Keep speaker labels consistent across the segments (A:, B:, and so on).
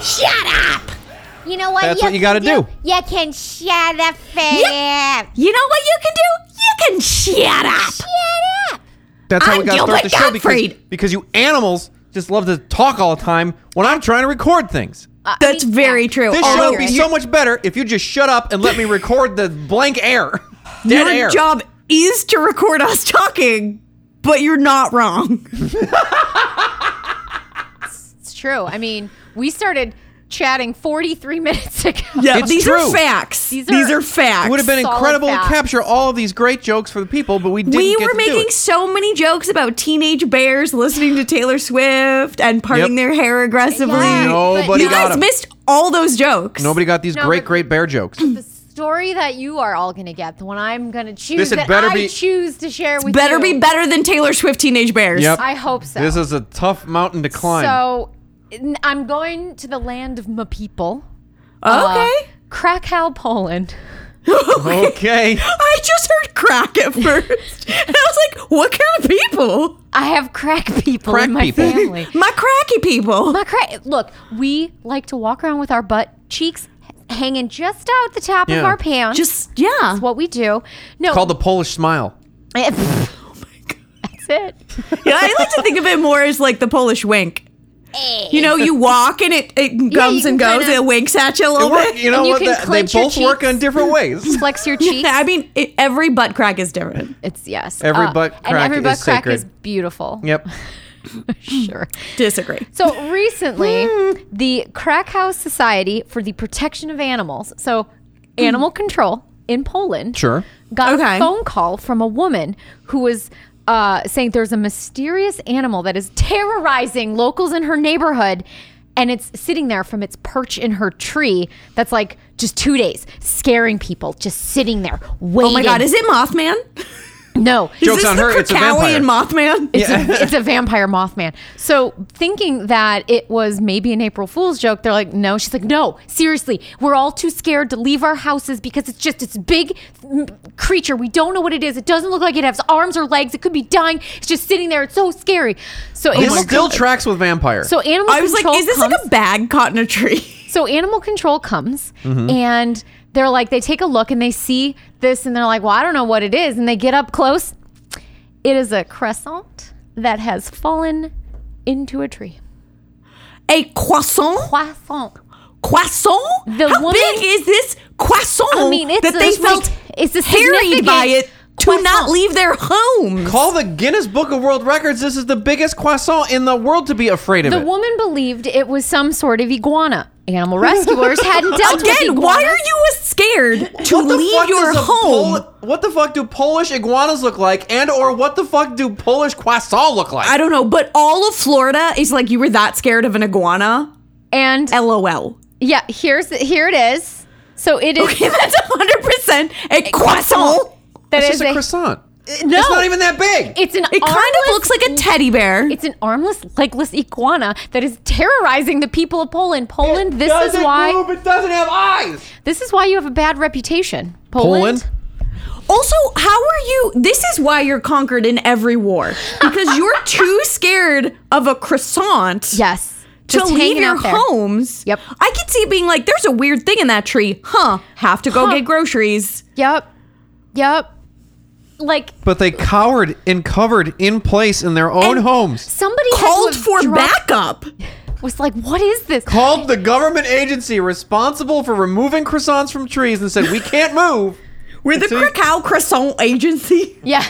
A: Shut up!
B: You know what?
C: That's what you gotta
B: can
C: do.
B: You can shut the fuck up.
A: You know what you can do? You can shut up.
B: Shut up.
C: That's how
A: I'm
C: we got to start
A: Gilbert
C: the show because,
A: Gottfried.
C: because you animals just love to talk all the time when I'm trying to record things.
B: Uh,
A: That's very true.
C: This show
A: Although
C: would be
A: you-
C: so much better if you just shut up and let me record the blank air. Dead
A: Your
C: air.
A: job is to record us talking, but you're not wrong.
B: It's true. I mean, we started chatting 43 minutes ago.
A: Yeah,
C: It's
A: these are
C: true.
A: facts. These
B: These
A: are,
B: are-
A: facts.
C: It would have been
B: Solid
C: incredible to
B: fact.
C: capture all of these great jokes for the people, but we didn't
A: we
C: get
A: were
C: to do
A: making
C: it.
A: so many jokes about teenage bears listening to Taylor Swift and parting
C: Yep.
A: their hair aggressively.
B: Yeah.
C: Nobody
A: You
B: But-
C: got
A: guys
C: 'em.
A: missed all those jokes.
C: Nobody got these
B: No,
C: great,
B: but-
C: great bear jokes.
B: The story that you are all going to get, the one I'm going to choose,
C: This had
B: that
C: better
B: I
C: be-
B: choose to share with
A: Better
B: you.
A: be better than Taylor Swift teenage bears.
C: Yep.
B: I hope so.
C: This is a tough mountain to climb.
B: So n- I'm going to the land of my people. Uh-huh. Uh,
A: Okay.
B: Krakow, Poland.
C: Oh, okay.
A: I just heard crack at first. and I was like, what kind of people?
B: I have crack people
C: Crack
B: in my
C: people.
B: family.
A: My cracky people.
B: my crack. Look, we like to walk around with our butt cheeks h- hanging just out the top
C: Yeah.
B: of our pants.
A: Just, yeah.
B: That's what we do. No, Oh
C: Called the Polish smile.
B: That's it.
A: Yeah, I like to think of it more as like the Polish wink. You know, you walk and it, it comes
B: you can
A: and goes
B: kinda-
A: and it winks at you a
C: It
A: little
C: worked-
A: bit.
C: you know
B: And you
C: what?
B: can
C: They- They
B: clench your
C: both work
B: cheeks.
C: in different ways.
B: Flex your cheeks.
A: I mean, it, every butt crack is different.
B: It's yes. Uh,
C: Every butt
B: and
C: crack
B: every butt
C: is
B: crack
C: sacred.
B: is beautiful.
C: Yep.
B: Sure.
A: Disagree.
B: So recently,
A: Hmm.
B: the Krakow Society for the Protection of Animals, so animal control in Poland,
C: Sure.
B: got
A: Hmm. Okay.
B: a phone call from a woman who was uh, saying there's a mysterious animal that is terrorizing locals in her neighborhood. And it's sitting there from its perch in her tree. That's like just two days, scaring people, just sitting there waiting.
A: Oh my God, is it Mothman?
B: no?
A: Is
C: Joke's
A: this
C: on
A: the
C: her, it's a
A: Krakalian Mothman?
B: It's, a, it's a vampire Mothman. So thinking that it was maybe an April Fool's joke, they're like, no. She's like, no, seriously, we're all too scared to leave our houses because it's just this big m- creature. We don't know what it is. It doesn't look like it has arms or legs. It could be dying. It's just sitting there. It's so scary. So
C: This
B: animal,
C: still tracks with vampire.
B: so animal
A: I was like,
B: control
A: is this
B: comes,
A: like a bag caught in a tree?
B: so animal control comes and they're like, they take a look and they see this and they're like, well, I don't know what it is. And they get up close. It is a crescent that has fallen into a tree.
A: A croissant?
B: Croissant.
A: Croissant?
B: The
A: How
B: woman-
A: big is this croissant
B: I mean, it's
A: that
B: a-
A: they
B: it's
A: felt
B: like- it's a
A: harried by
B: significant
A: it to not
B: croissant.
A: leave their homes?
C: Call the Guinness Book of World Records. This is the biggest croissant in the world to be afraid of
B: The
C: it.
B: woman believed it was some sort of iguana. Animal rescuers hadn't dealt with
A: Again,
B: iguanas.
A: why are you scared to
C: What the
A: leave
C: fuck
A: your
C: does a
A: home?
C: Pol- what the fuck do Polish iguanas look like, and or what the fuck do Polish croissant look like?
A: I don't know, but all of Florida is like you were that scared of an iguana.
B: And
A: LOL.
B: yeah, here's here it is. So it is
A: Okay, that's hundred percent a croissant.
B: that
C: it's
B: is
C: just a croissant.
B: Uh, no.
C: It's not even that big.
B: It's an
A: It kind
B: armless-
A: of looks like a teddy bear.
B: It's an armless, legless iguana that is terrorizing the people of Poland. Poland, this is
C: doesn't
B: why
C: move, it doesn't have eyes.
B: this is why you have a bad reputation. Poland.
C: Poland.
A: also, how are you? This is why you're conquered in every war because you're too scared of a croissant.
B: Yes.
A: To
B: Just
A: leave
B: hanging
A: your
B: out there.
A: homes.
B: Yep.
A: I could see it being like, there's a weird thing in that tree. Huh. Have to go
B: Huh.
A: get groceries.
B: Yep. Yep. Like
C: But they cowered and covered in place in their own
B: And-
C: homes.
B: somebody had to
A: Called
B: have
A: for
B: dropped-
A: backup.
B: Was like, what is this?
C: Called the government agency responsible for removing croissants from trees and said, "We can't move."
A: We're the
C: So you-
A: Krakow Croissant Agency.
B: Yeah.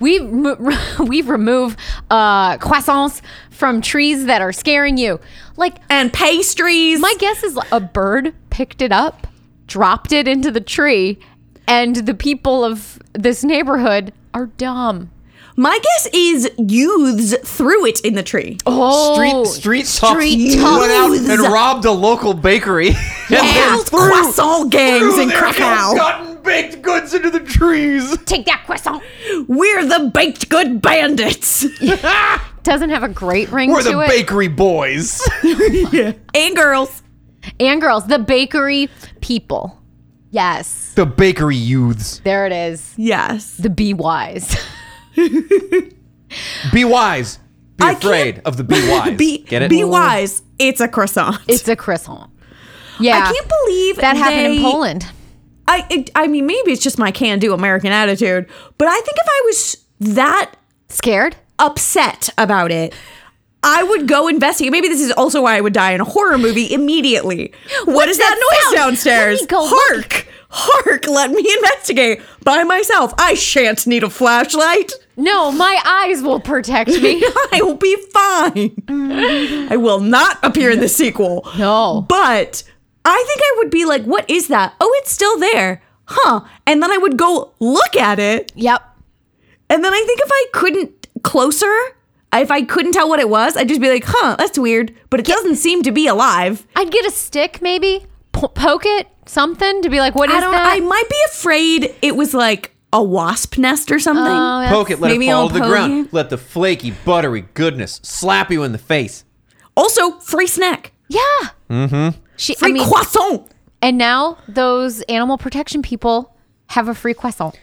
B: We remo- we remove uh, croissants from trees that are scaring you. Like
A: and pastries.
B: my guess is a bird picked it up, dropped it into the tree, and the people of this neighborhood are dumb.
A: my guess is youths threw it in the tree.
B: Oh,
C: street street tops
B: street
C: went out
A: tops.
C: and robbed a local bakery. and
A: Hell,
C: then threw-
A: croissant gangs
C: threw
A: in
C: their
A: Krakow.
C: ill-gotten baked goods into the trees.
B: Take that croissant.
A: We're the baked good bandits.
B: Doesn't have a great ring
C: We're
B: to
C: the
B: it.
C: bakery boys.
A: and girls.
B: and girls, the bakery people. Yes,
C: the bakery youths.
B: there it is.
A: Yes.
B: The BYs.
C: Be wise. Be
A: I can't-
C: afraid of the be wise.
A: Be,
C: Get it?
A: be wise. It's a croissant.
B: It's a croissant. Yeah.
A: I can't believe
B: that happened
A: they-
B: in Poland.
A: I it, I mean, maybe it's just my can-do American attitude, but I think if I was that
B: Scared?
A: upset about it, I would go investigate. Maybe this is also why I would die in a horror movie immediately. what is that,
B: that
A: noise
B: sound? Let
A: downstairs?
B: me go look.
A: hark, hark! Let me investigate by myself. I shan't need a flashlight.
B: No, my eyes will protect me.
A: I will be fine. I will not appear in the sequel.
B: No.
A: But I think I would be like, what is that? Oh, it's still there. Huh. And then I would go look at it.
B: yep.
A: And then I think if I couldn't closer, if I couldn't tell what it was, I'd just be like, huh, that's weird. But it doesn't seem to be alive.
B: I'd get a stick maybe, po- poke it, something to be like, what is
A: I don't
B: that?
A: I might be afraid it was like a wasp nest or something.
B: Oh, that's-
C: Poke it, let
A: Maybe
C: it fall
A: I'll
C: to the
A: poke
C: ground.
A: you.
C: Let the flaky, buttery goodness slap you in the face.
A: also, free snack.
B: Yeah. Mm-hmm. She, I
A: Free
B: mean,
A: croissant.
B: and now those animal protection people have a free croissant.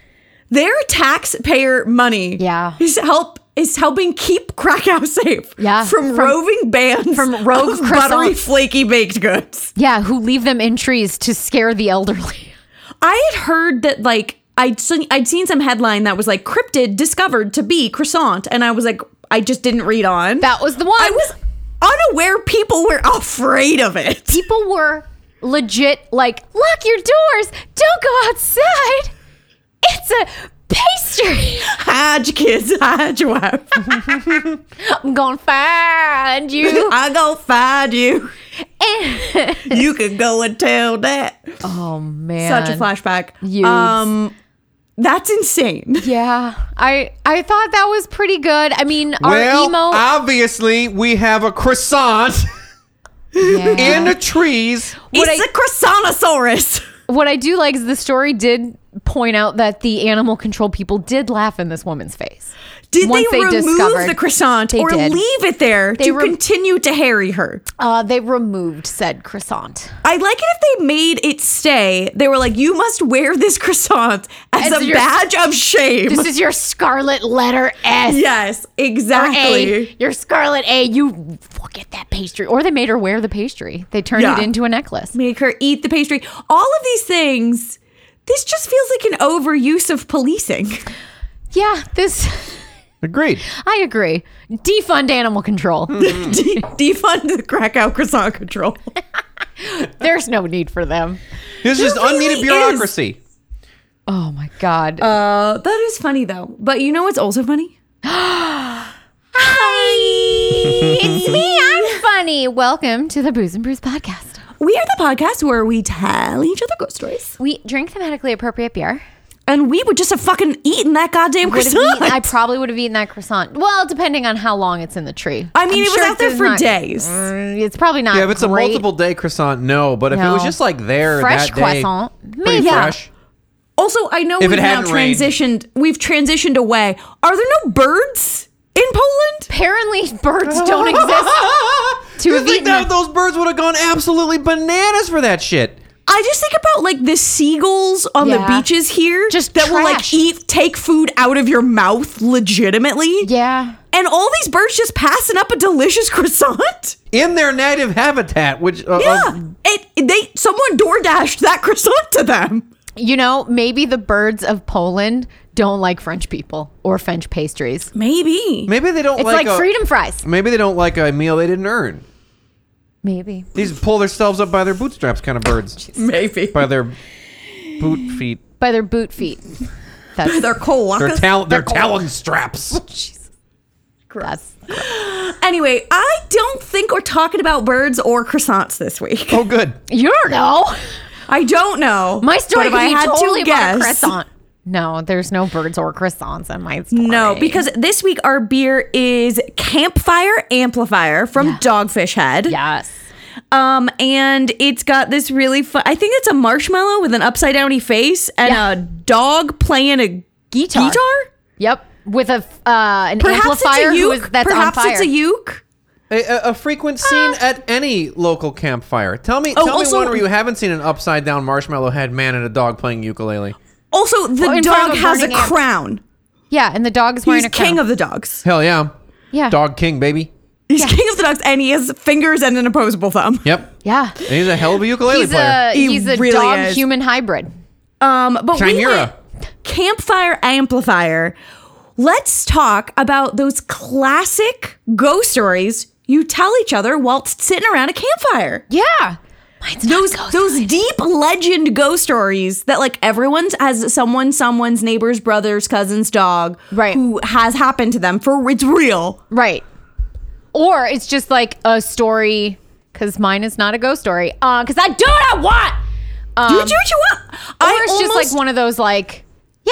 A: Their taxpayer money
B: Yeah.
A: is help is helping keep Krakow safe
B: Yeah,
A: from,
B: from-
A: roving bands
B: from rogue
A: of buttery
B: croissants.
A: flaky baked goods.
B: Yeah, who leave them in trees to scare the elderly.
A: I had heard that like I'd seen, I'd seen some headline that was like cryptid discovered to be croissant, and I was like, I just didn't read on.
B: That was the one.
A: I was unaware people were afraid of it.
B: People were legit like, lock your doors. Don't go outside. It's a pastry.
A: Hodge kids, hodge wife.
B: I'm going to find you.
A: I go find you.
B: And-
A: You can go and tell that.
B: oh, man.
A: Such a flashback.
B: Youths.
A: Um, that's insane.
B: Yeah, I I thought that was pretty good. I mean, our
C: well,
B: emo
C: obviously, we have a croissant
B: Yeah.
C: in the trees.
B: What
A: it's
B: I-
A: a croissantosaurus.
B: what I do like is the story did point out that the animal control people did laugh in this woman's face.
A: Did
B: Once
A: they,
B: they
A: remove
B: discovered-
A: the croissant
B: They
A: or
B: did.
A: leave it there
B: They
A: to
B: rem-
A: continue to harry her?
B: Uh, they removed said croissant.
A: I like it if they made it stay. They were like, you must wear this croissant as,
B: As
A: a
B: your-
A: badge of shame.
B: This is your scarlet letter S.
A: yes,
B: or
A: exactly.
B: A, your scarlet A, you forget that pastry. Or they made her wear the pastry. They turned
A: Yeah.
B: it into a necklace.
A: Make her eat the pastry. All of these things, this just feels like an overuse of policing.
B: Yeah, this,
C: Agreed.
B: I agree. Defund animal control.
A: De- defund the Krakow croissant control.
B: There's no need for them.
C: This is
A: really
C: unneeded
A: is.
C: bureaucracy.
B: Oh my God.
A: Uh, that is funny though. But you know what's also funny?
B: It's me. I'm funny. Welcome to the Booze and Brews podcast.
A: We are the podcast where we tell each other ghost stories.
B: We drink thematically appropriate beer.
A: And we would just have fucking eaten that goddamn
B: Would have
A: croissant.
B: eaten- I probably would have eaten that croissant. Well, depending on how long it's in the tree.
A: I
B: I'm
A: mean, it was
B: sure
A: out there
B: does
A: for
B: not-
A: days.
B: Mm, It's probably not.
C: Yeah, if it's
B: great.
C: a multiple day croissant, no. But if it was
B: No.
C: just like there
B: Fresh
C: that day,
B: croissant,
C: pretty
B: maybe. Yeah.
C: fresh.
A: Also, I know
C: If
A: we've
C: it
A: now
C: hadn't rained.
A: transitioned. We've transitioned away. Are there no birds in Poland?
B: Apparently, birds don't exist. To
C: you
B: have
C: think
B: eaten
C: that
B: it.
C: those birds would have gone absolutely bananas for that shit?
A: I just think about like the seagulls on the
B: Yeah.
A: beaches here,
B: Just
A: that will like
B: trash.
A: eat, take food out of your mouth legitimately.
B: Yeah.
A: and all these birds just passing up a delicious croissant.
C: In their native habitat, which uh,
A: Yeah,
C: uh,
A: it they someone door dashed that croissant to them.
B: You know, maybe the birds of Poland don't like French people or French pastries.
A: Maybe.
C: maybe they don't
B: It's like,
C: like, a-
B: freedom fries.
C: Maybe they don't like a meal they didn't earn.
B: Maybe.
C: These pull themselves up by their bootstraps kind of birds,
A: Maybe.
C: by their boot feet,
B: By their boot feet. That's,
A: They're cool.
C: their talon, their talon straps.
B: that's
A: Anyway, I don't think we're talking about birds or croissants this week.
C: Oh, good.
B: You don't know.
A: I don't know.
B: My story
A: but if
B: could
A: I
B: be
A: had
B: totally
A: to
B: about
A: guess.
B: a croissant. No, there's no birds or croissants in my story.
A: No, because this week our beer is Campfire Amplifier from Dogfish Head.
B: yes,
A: Um, and it's got this really fun. I think it's a marshmallow with an upside downy face and
B: Yeah.
A: a dog playing a
B: Guitar.
A: Guitar?
B: Yep. With a f- uh, an
A: Perhaps it's
B: amplifier
A: a
B: who is,
A: uke.
B: that's
A: Perhaps
B: on fire.
A: it's a uke.
C: A, a, a frequent scene at any local campfire. Tell me,
A: Oh,
C: tell
A: also-
C: me one where you haven't seen an upside down marshmallow head man and a dog playing ukulele.
A: Also, the
B: Or in front
A: dog
B: of a
A: has a
B: burning ant.
A: crown.
B: yeah, and the dog is wearing
A: He's
B: a crown.
A: king of the dogs.
C: Hell yeah,
B: yeah.
C: dog king baby.
A: He's king of the dogs, and he has fingers and an opposable thumb.
C: Yep.
B: Yeah.
C: And he's a hell of a ukulele
B: He's
C: player.
B: a
A: He
B: he's a
A: really
B: dog
A: is.
B: human hybrid.
A: Um, but we
C: Chimera.
A: went campfire amplifier. Let's talk about those classic ghost stories you tell each other whilst sitting around a campfire.
B: Yeah.
A: those those deep legend ghost stories that like everyone's has someone, someone's neighbor's brother's cousin's dog,
B: Right.
A: Who has happened to them for it's real.
B: Right. Or it's just like a story because mine is not a ghost story. Uh, because I do what I want. Um,
A: You do what you want.
B: or it's just like one of those like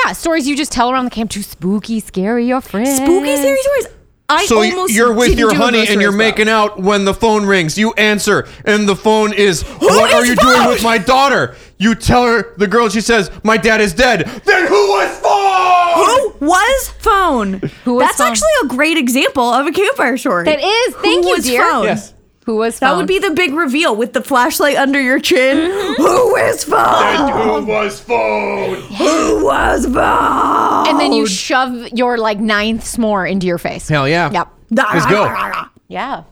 B: yeah stories you just tell around the camp too spooky, scary, or friend.
A: spooky scary stories. I
C: so y-
A: almost
C: you're with
A: didn't
C: your
A: do a
C: honey
A: ghost
C: and you're
A: stories, though.
C: making out when the phone rings. You answer, and the phone is, What are
A: is
C: you doing with my daughter? You tell her, the girl, she says, My dad is dead. Then who was phone?
A: Who was phone?
B: Who was
A: That's
B: phone?
A: actually a great example of a campfire story.
B: That is. Thank
A: Who
B: you,
A: was
B: dear.
A: phone?
C: Yes.
B: Who was
A: That
B: phone? Mm-hmm.
A: would be the big reveal with the flashlight under your chin. Who is phone?
D: Who was phone?
A: Who was phone?
B: and then you shove your like ninth s'more into your face.
C: Hell yeah.
B: Yep.
C: Let's go.
B: Yeah.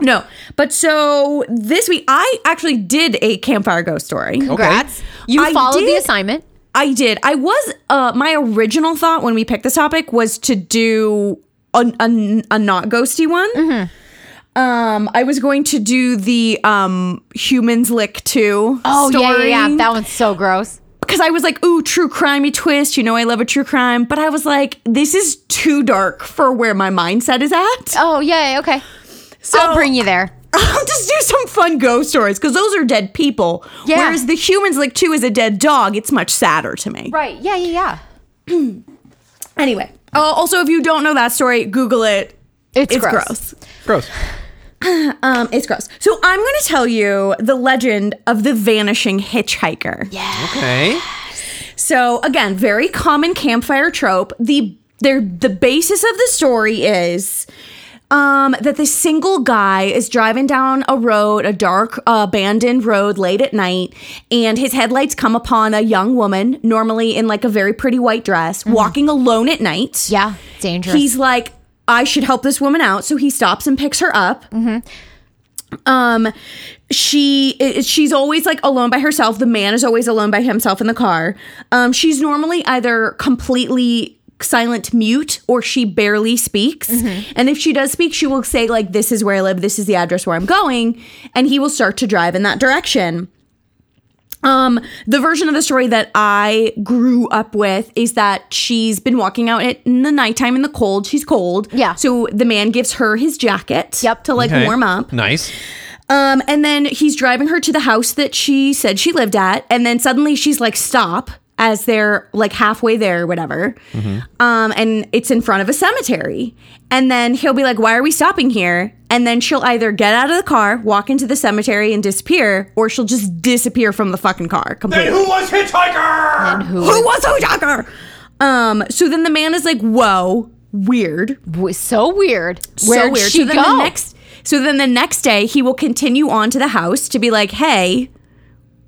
A: No, but so this week I actually did a campfire ghost story.
B: Congrats. You
A: I
B: followed the
A: did-
B: assignment.
A: I did. I was uh my original thought when we picked this topic was to do a, a, a not ghosty one.
B: Mm-hmm.
A: Um, I was going to do the um humans lick too.
B: Oh yeah, yeah, yeah. That one's so gross.
A: because I was like, ooh, true crimey twist. You know, I love a true crime, but I was like, this is too dark for where my mindset is at.
B: Oh yeah. Okay.
A: So
B: I'll bring you there.
A: I'll just do some fun ghost stories because those are dead people.
B: Yeah.
A: Whereas the humans lick two is a dead dog. It's much sadder to me.
B: Right. Yeah. Yeah. Yeah.
A: Anyway, uh, also if you don't know that story, Google it.
B: It's,
A: It's gross.
C: Gross.
A: Um, it's gross. So I'm going to tell you the legend of the vanishing hitchhiker.
C: Okay.
A: So again, very common campfire trope. The there the basis of the story is um, that this single guy is driving down a road, a dark, uh, abandoned road late at night, and his headlights come upon a young woman, normally in like a very pretty white dress, walking alone at night.
B: Yeah. Dangerous.
A: He's like, I should help this woman out. So he stops and picks her up. Um, she i- she's always like alone by herself. The man is always alone by himself in the car. Um, she's normally either completely silent mute or she barely speaks. And if she does speak, she will say like, "This is where I live. This is the address where I'm going," and he will start to drive in that direction. Um, the version of the story that I grew up with is that she's been walking out at, in the nighttime in the cold. She's cold.
B: Yeah.
A: So the man gives her his jacket.
B: Yep.
A: To like
C: Okay.
A: warm up.
C: Nice.
A: Um, and then he's driving her to the house that she said she lived at, and then suddenly she's like, "Stop!" as they're like halfway there, or whatever. Um, and it's in front of a cemetery, and then he'll be like, "Why are we stopping here?" And then she'll either get out of the car, walk into the cemetery, and disappear, or she'll just disappear from the fucking car completely.
D: Who was hitchhiker?
B: and who
A: Who was Hojacker? Um, so then the man is like, "Whoa, weird."
B: was so weird.
A: Where
B: Where'd she
A: so then
B: go?
A: The next, so then the next day, he will continue on to the house to be like, hey,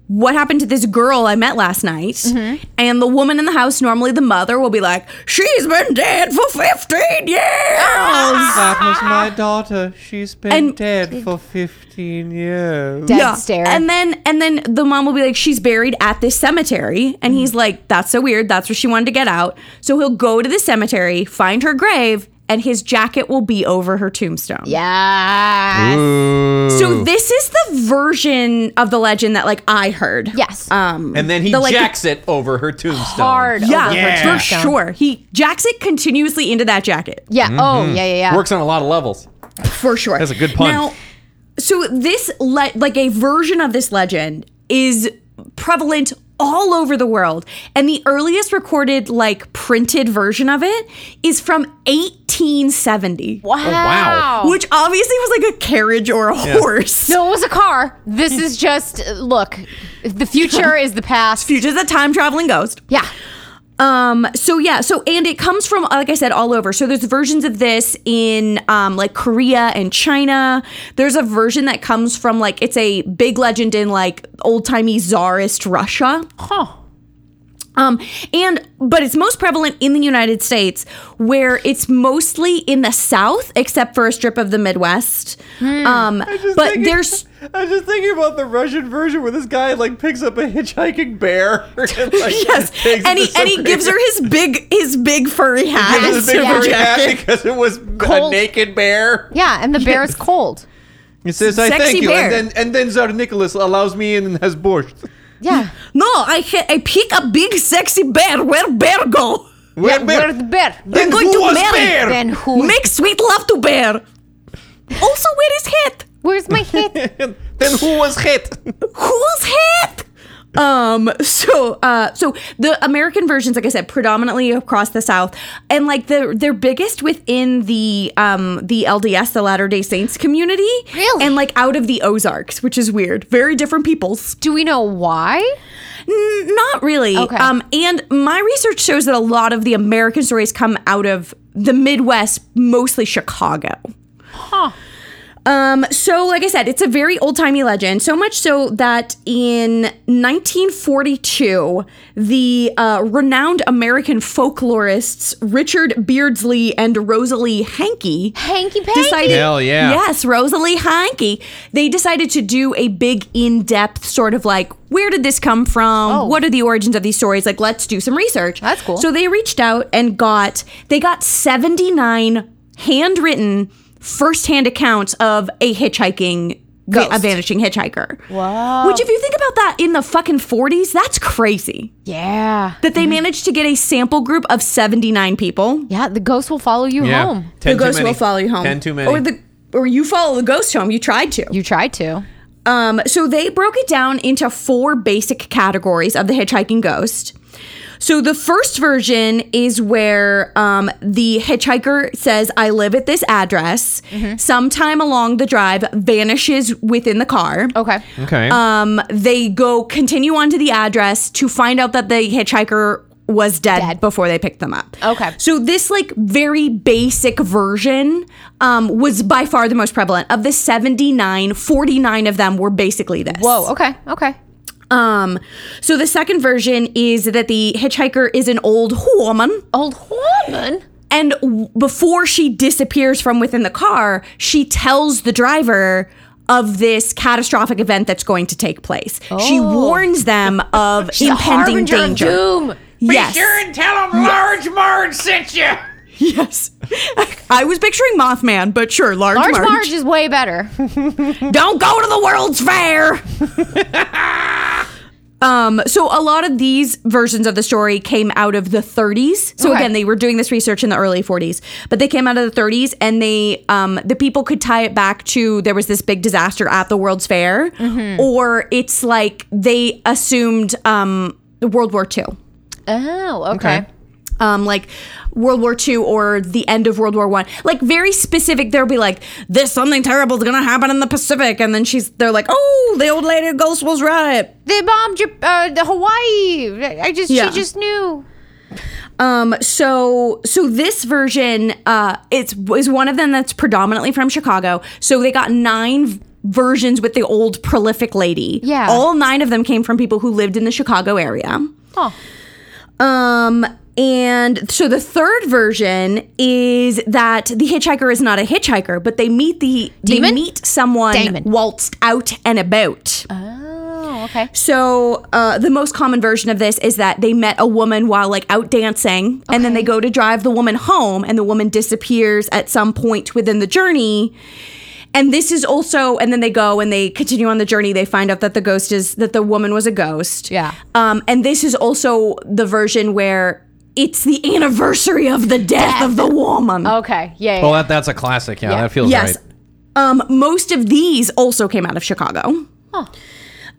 A: what happened to this girl I met last night?
B: Mm-hmm.
A: And the woman in the house, normally the mother, will be like, she's been dead for 15 years.
B: Ah!
C: That was my daughter. She's been
A: Ah. And-
C: dead for 15 years.
B: Dead stare.
A: And then and then the mom will be like, she's buried at this cemetery. And
B: Mm-hmm.
A: he's like, that's so weird. That's where she wanted to get out. So he'll go to the cemetery, find her grave, and his jacket will be over her tombstone.
B: yes.
A: So this is the version of the legend that like I heard.
B: Yes.
A: Um
C: and then he
A: the, like,
C: jacks it over her tombstone.
B: Hard.
A: Yeah,
B: over her
C: Yeah.
A: for
B: tombstone.
A: sure. He jacks it continuously into that jacket.
B: Yeah. Oh, yeah, yeah, yeah.
C: mm-hmm. Works on a lot of levels.
A: For sure.
C: That's a good pun.
A: Now so this le- like a version of this legend is prevalent all over the world and the earliest recorded like printed version of it is from 18 1870,
C: Oh, wow.
A: which obviously was like a carriage or a horse.
B: So it was a car. This is just look. The future is the past.
A: Future's a time traveling ghost.
B: Yeah.
A: Um, so yeah, so and it comes from like I said, all over. So there's versions of this in um like Korea and China. There's a version that comes from like it's a big legend in like old timey czarist Russia.
B: Huh.
A: Um, and but it's most prevalent in the United States, where it's mostly in the South, except for a strip of the Midwest.
C: Hmm.
A: Um, but
C: thinking-
A: there's
C: I was just thinking about the Russian version where this guy like picks up a hitchhiking bear. and, like,
A: yes,
C: takes it
A: and he
C: to
A: and he
C: some
A: gives her his big his big furry hat.
C: This is
A: and
C: a big
A: her
C: furry hat
A: jacket.
C: because it was a
B: Cold.
C: naked bear.
B: Yeah, and the bear is cold.
C: He says, "I
A: Sexy
C: thank you,"
A: bear.
C: and then and then Tsar Nicholas allows me in and has borscht.
B: Yeah.
A: No, I ha- I pick a big sexy bear. Where bear go?
C: Where
B: yeah
C: bear?
B: where the bear?
C: Then
A: going
C: who
A: to
C: was
A: marry
C: bear?
B: Then who?
A: Make sweet love to bear. Also, where is hat?
B: Where's my hit?
C: then who was hit?
A: Who's hat? Um. So, uh, so the American versions, like I said, predominantly across the South, and like the they're biggest within the um the LDS, the Latter Day Saints community,
B: Really?
A: and like out of the Ozarks, which is weird. Very different peoples.
B: Do we know why?
A: N- Not really.
B: Okay.
A: Um, and my research shows that a lot of the American stories come out of the Midwest, mostly Chicago.
B: Huh.
A: Um, so, like I said, it's a very old timey legend. So much so that in 1942, the uh, renowned American folklorists Richard Beardsley and Rosalie Hankey
B: Hanky panky.
A: decided
C: Hell yeah.
A: yes rosalie hankey they decided to do a big in-depth sort of like where did this come from
B: Oh.
A: what are the origins of these stories like let's do some research
B: That's cool.
A: so they reached out and got they got 79 handwritten first-hand accounts of a hitchhiking
B: Ghost.
A: a vanishing hitchhiker
B: Wow.
A: which if you think about that in the fucking 40s that's crazy
B: yeah.
A: that they managed to get a sample group of 79 people
B: Yeah. The ghost will follow you home.
C: Ten
A: the
C: too
A: ghost
C: many.
A: will follow you home.
C: Ten too many.
A: Or the or you follow the ghost home. You tried to.
B: You tried to.
A: Um, so they broke it down into four basic categories of the hitchhiking ghost. So the first version is where um, the hitchhiker says, "I live at this address." Sometime along the drive, vanishes within the car.
B: Okay.
C: okay.
A: Um, they go continue on to the address to find out that the hitchhiker was dead,
B: Dead.
A: before they picked them up.
B: Okay.
A: So this like very basic version um, was by far the most prevalent. Of the 79, 49 of them were basically this.
B: Whoa. Okay. Okay.
A: Um, so the second version is that the hitchhiker is an old woman
B: Old woman.
A: and w- before she disappears from within the car, she tells the driver of this catastrophic event that's going to take place. She warns them of
B: The
A: impending
B: Oh. harbinger of
A: danger.
B: Doom.
A: Yes.
C: and tell him Large Marge sent you.
A: Yes. I was picturing Mothman, but sure, large,
B: Large
A: Marge.
B: Marge is way better.
A: Don't go to the World's Fair. Um, so a lot of these versions of the story came out of the 30s. So
B: Okay.
A: again, they were doing this research in the early 40s, but they came out of the 30s, and they um, the people could tie it back to there was this big disaster at the World's Fair, or it's like they assumed um, World War II
B: Oh. Okay.
C: Okay.
A: um, like World War II or the end of World War One. Like very specific. There'll be like this something terrible is gonna happen in the Pacific, and then she's they're like, oh, the old lady ghost was right.
B: They bombed Jap- uh, the Hawaii. I- I just.
A: Yeah.
B: She just knew.
A: Um, so so this version uh, it's is one of them that's predominantly from Chicago. So they got nine v- versions with the old prolific lady.
B: Yeah.
A: all nine of them came from people who lived in the Chicago area.
B: Huh.
A: Um, and so the third version is that the hitchhiker is not a hitchhiker, but they meet the they
B: Demon?
A: meet someone
B: Damon.
A: waltzed out and about.
B: Oh. Okay.
A: So uh, the most common version of this is that they met a woman while like out dancing, and then they go to drive the woman home, and the woman disappears at some point within the journey. And this is also, and then they go and they continue on the journey. They find out that the ghost is that the woman was a ghost.
B: Yeah.
A: Um, and this is also the version where it's the anniversary of the death of the woman.
B: Okay. Yeah. yeah,
C: Well,
B: yeah.
C: that, that's a classic. Yeah, that feels
A: Yes.
C: right.
A: Um, most of these also came out of Chicago.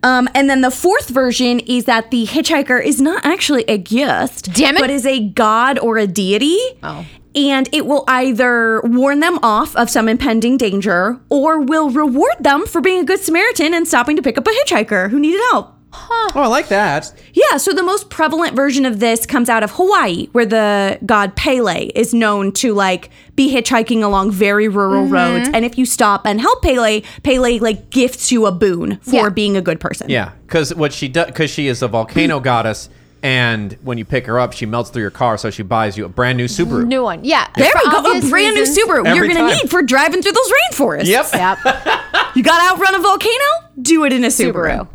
A: Um, and then the fourth version is that the hitchhiker is not actually a ghost,
B: Damn it.
A: but is a god or a deity.
B: Oh.
A: and it will either warn them off of some impending danger or will reward them for being a good Samaritan and stopping to pick up a hitchhiker who needed help.
C: Oh, I like that.
A: Yeah, so the most prevalent version of this comes out of Hawaii, where the god Pele is known to like be hitchhiking along very rural
B: Mm-hmm.
A: roads. And if you stop and help Pele, Pele like gifts you a boon for
B: Yeah.
A: being a good person.
C: Yeah, because what she does, because she is a volcano goddess, and when you pick her up, she melts through your car, so she buys you a brand new Subaru.
B: New one. Yeah.
A: There
B: For
A: we go. A
B: obvious
A: brand
B: reasons.
A: new Subaru
C: Every
A: you're going to
C: time.
A: need for driving through those rainforests.
C: Yep.
B: Yep.
A: You got to outrun a volcano? Do it in a Subaru.
B: Subaru.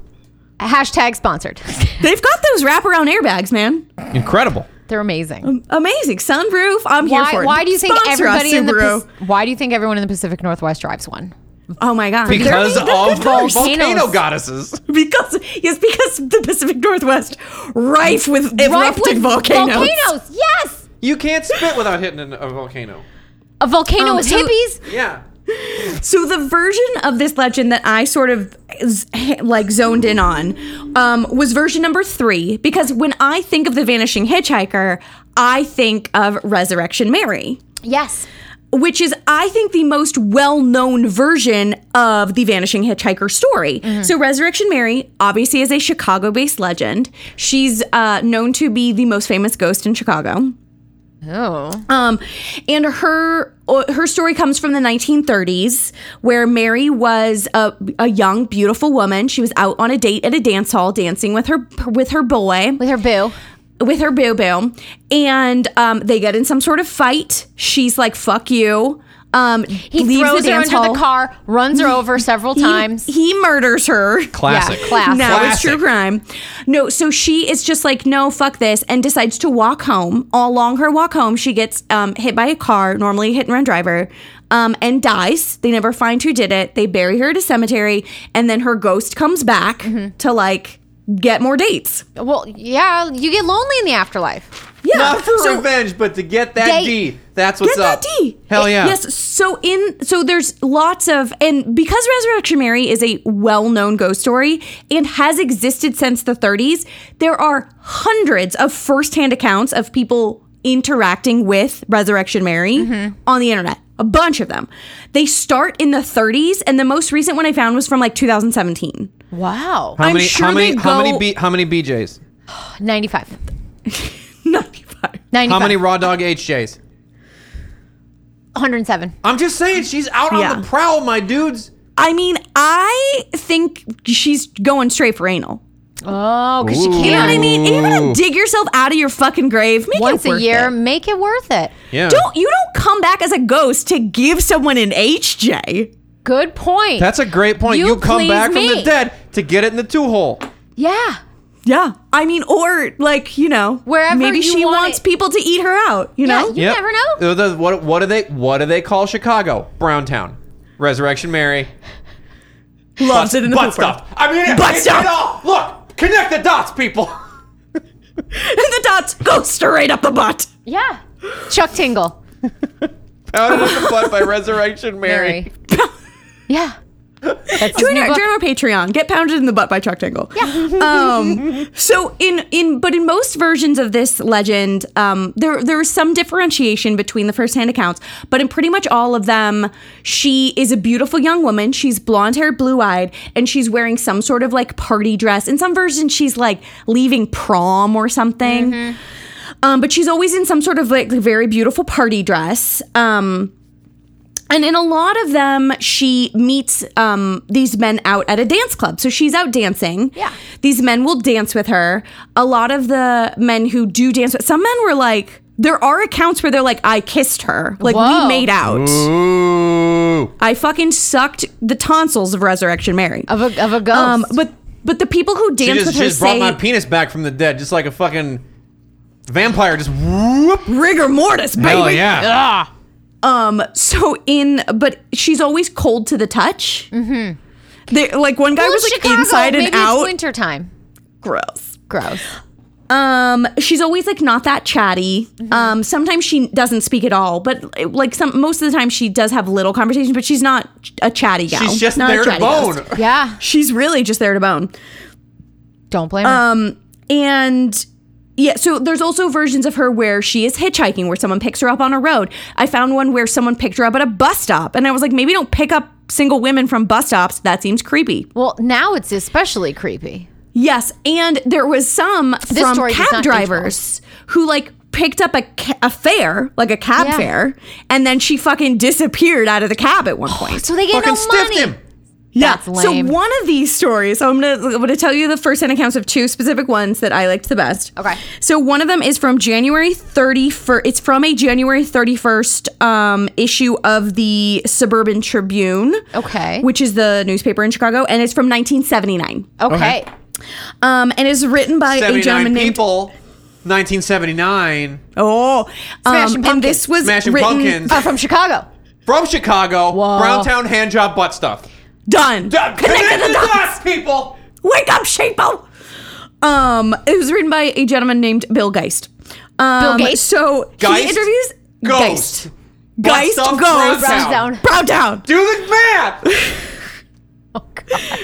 B: Hashtag sponsored.
A: They've got those wraparound airbags, man.
C: Incredible.
B: They're amazing.
A: Amazing. Sunroof. I'm here for
B: Why,
A: it.
B: why do you think
A: Sponsor us,
B: everybody in the
A: Subaru.
B: Pas- Why do you think everyone in the Pacific Northwest drives one?
A: Oh my God.
C: Because
A: They're- they're
C: of
A: the
C: vol-
A: worst.
C: volcano
B: volcanoes.
C: goddesses.
A: because yes, because the Pacific Northwest rife with erupting
B: Rife with
A: volcanoes.
B: Volcanoes. Yes.
C: You can't spit without hitting an- a volcano.
B: A volcano
A: Um,
B: with
A: so-
B: hippies.
C: Yeah.
A: So the version of this legend that I sort of z- like zoned in on um, was version number three because when I think of the vanishing hitchhiker, I think of Resurrection Mary.
B: Yes.
A: which is, I think, the most well known version of the Vanishing Hitchhiker story. So, Resurrection Mary obviously is a Chicago based legend. She's uh, known to be the most famous ghost in Chicago.
B: Oh.
A: Um, and her uh, her story comes from the 1930s, where Mary was a, a young, beautiful woman. She was out on a date at a dance hall, dancing with her with her boy
B: With her boo.
A: with her boo boo, and um, they get in some sort of fight. She's like, "Fuck you." Um,
B: He throws her under the car, runs her over several
A: He-
B: times.
A: He, murders her.
C: Classic.
B: Yeah, classic.
A: Now it's
C: Classic.
A: true crime. No, so she is just like, no, fuck this, and decides to walk home. All along her walk home, she gets um, hit by a car, normally a hit and run driver, um, and dies. They never find who did it. They bury her at a cemetery, and then her ghost comes back
C: Mm-hmm.
A: to like get more dates.
B: Well, yeah, you get lonely in the afterlife.
A: Yeah.
C: Not for
A: So-
C: revenge, but to get that
B: Date.
C: D. That's what's
A: Get
C: up.
A: that D.
C: Hell
A: It-
C: yeah.
A: Yes. So in so there's lots of and because Resurrection Mary is a well-known ghost story and has existed since the 30s, there are hundreds of firsthand accounts of people interacting with Resurrection Mary
C: Mm-hmm.
A: on the internet. A bunch of them. They start in the 30s, and the most recent one I found was from like 2017.
B: Wow.
C: How
A: I'm
C: many?
A: sure
C: how many?
A: they
C: how many?
A: go-
C: B, how many BJ's?
B: 95.
A: 95.
B: 95.
C: How many raw dog HJ's?
B: 107.
C: I'm just saying, she's out
A: Yeah.
C: on the prowl, my dudes.
A: I mean, I think she's going straight for anal.
B: Oh, because she
C: Ooh.
B: can't.
A: You know what I mean? And you're gonna
C: Ooh.
A: dig yourself out of your fucking grave. Make
B: Once
A: it
B: a
A: worth
B: year,
A: it.
B: make it worth it.
C: Yeah.
A: Don't you don't come back as a ghost to give someone an HJ.
B: Good point.
C: That's a great point. You,
B: You
C: come
B: please
C: back from the
B: me.
C: dead to get it in the two hole.
B: yeah.
A: Yeah, I mean, or like you know,
B: Wherever
A: maybe
B: you
A: she
B: want
A: wants
B: it.
A: people to eat her out. You
B: Yeah,
A: know,
B: you never know.
C: Uh, the- what, what do they? What do they call Chicago? Browntown, Resurrection Mary.
A: loves it in the
C: butt
A: pooper.
C: stuff. I mean, it,
A: Butt
C: it's
A: stuff.
C: it all. Look, connect the dots, people.
A: And the dots go straight up the butt.
B: Yeah. Chuck Tingle.
C: Pounded in the butt by Resurrection Mary.
B: Mary. yeah. That's his
A: Join
B: new
A: our,
B: book.
A: join our Patreon. Get pounded in the butt by Chuck Tingle. Yeah. Um, so in in but in most versions of this legend, um, there there is some differentiation between the firsthand accounts, but in pretty much all of them, she is a beautiful young woman. She's blonde haired, blue eyed, and she's wearing some sort of like party dress. In some versions, she's like leaving prom or something. Um, but she's always in some sort of like very beautiful party dress. Um, and in a lot of them, she meets um, these men out at a dance club. So she's out dancing.
B: Yeah.
A: These men will dance with her. A lot of the men who do dance with some men were like, there are accounts where they're like, I kissed her. Like,
B: Whoa.
A: we made out.
C: Ooh.
A: I fucking sucked the tonsils of Resurrection Mary.
B: Of a, of a ghost.
A: Um, but but the people who
C: She
A: dance
C: just,
A: with her
C: just brought
A: say
C: my penis back from the dead, just like a fucking vampire. Just whoop.
A: rigor mortis, baby.
C: Hell yeah.
A: Um, so in, but she's always cold to the touch. Mm-hmm. They, like one guy
B: Well,
A: was
B: it's
A: like
B: Chicago.
A: inside and
B: Maybe
A: out.
B: It's winter time.
A: Gross.
B: Gross.
A: Um, she's always like not that chatty.
B: Mm-hmm.
A: Um, sometimes she doesn't speak at all, but like some most of the time she does have little conversations, but she's not a chatty gal.
C: She's just
A: Oh, Not a
C: there to
A: chatty ghost.
C: bone.
B: Yeah.
A: She's really just there to bone.
B: Don't blame her.
A: Um, and yeah, so there's also versions of her where she is hitchhiking, where someone picks her up on a road. I found one where someone picked her up at a bus stop, and I was like, maybe don't pick up single women from bus stops. That seems creepy.
B: Well, now it's especially creepy.
A: Yes, and there was some from
B: story does not age
A: cab
B: well.
A: drivers who like picked up a, ca- a fare, like a cab
B: Yeah.
A: fare, and then she fucking disappeared out of the cab at one point.
B: So they get
C: Fucking
B: no
C: stiffed
B: money.
C: him.
A: Yeah.
B: That's lame.
A: So one of these stories, so I'm gonna I'm gonna tell you the first hand accounts of two specific ones that I liked the best.
B: Okay.
A: So one of them is from January 31st. It's from a January 31st um, issue of the Suburban Tribune.
B: Okay.
A: Which is the newspaper in Chicago, and it's from 1979.
B: Okay.
A: Um, and is written by a
C: 79
A: gentleman named
C: people. 1979
A: Oh,
B: Smashing
A: um, and
B: Pumpkins.
A: this was
C: Smashing
A: written
C: Pumpkins.
B: Uh, from Chicago.
C: from Chicago.
B: Whoa.
C: Brown Browntown hand job butt stuff.
A: done.
C: Done.
A: Connected the dots.
C: people.
A: Wake up, sheeple. Um, it was written by a gentleman named Bill Geist. Um,
B: Bill Geist?
A: So
C: Geist?
A: he interviews
C: Ghost. Butt
A: Geist
C: stuff,
A: goes
C: Browntown.
B: Browntown.
A: Brow down.
C: Do the math.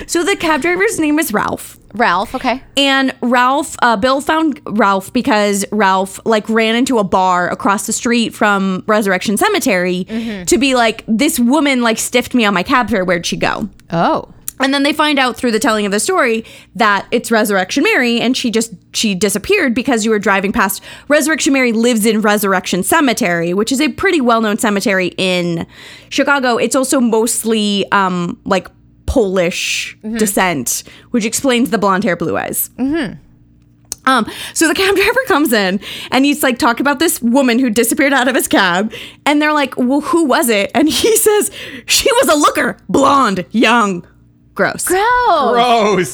A: So the cab driver's name is Ralph.
B: Ralph. Okay.
A: And Ralph, uh, Bill found Ralph because Ralph like ran into a bar across the street from Resurrection Cemetery
B: Mm-hmm.
A: to be like, this woman like stiffed me on my cab fare. Where'd she go?
B: Oh.
A: And then they find out through the telling of the story that it's Resurrection Mary and she just she disappeared because you were driving past Resurrection Mary lives in Resurrection Cemetery, which is a pretty well-known cemetery in Chicago. It's also mostly um like Polish descent, which explains the blonde hair, blue eyes. Um, so the cab driver comes in and he's like talking about this woman who disappeared out of his cab, and they're like, "Well, who was it?" And he says, "She was a looker, blonde, young, gross."
B: Gross.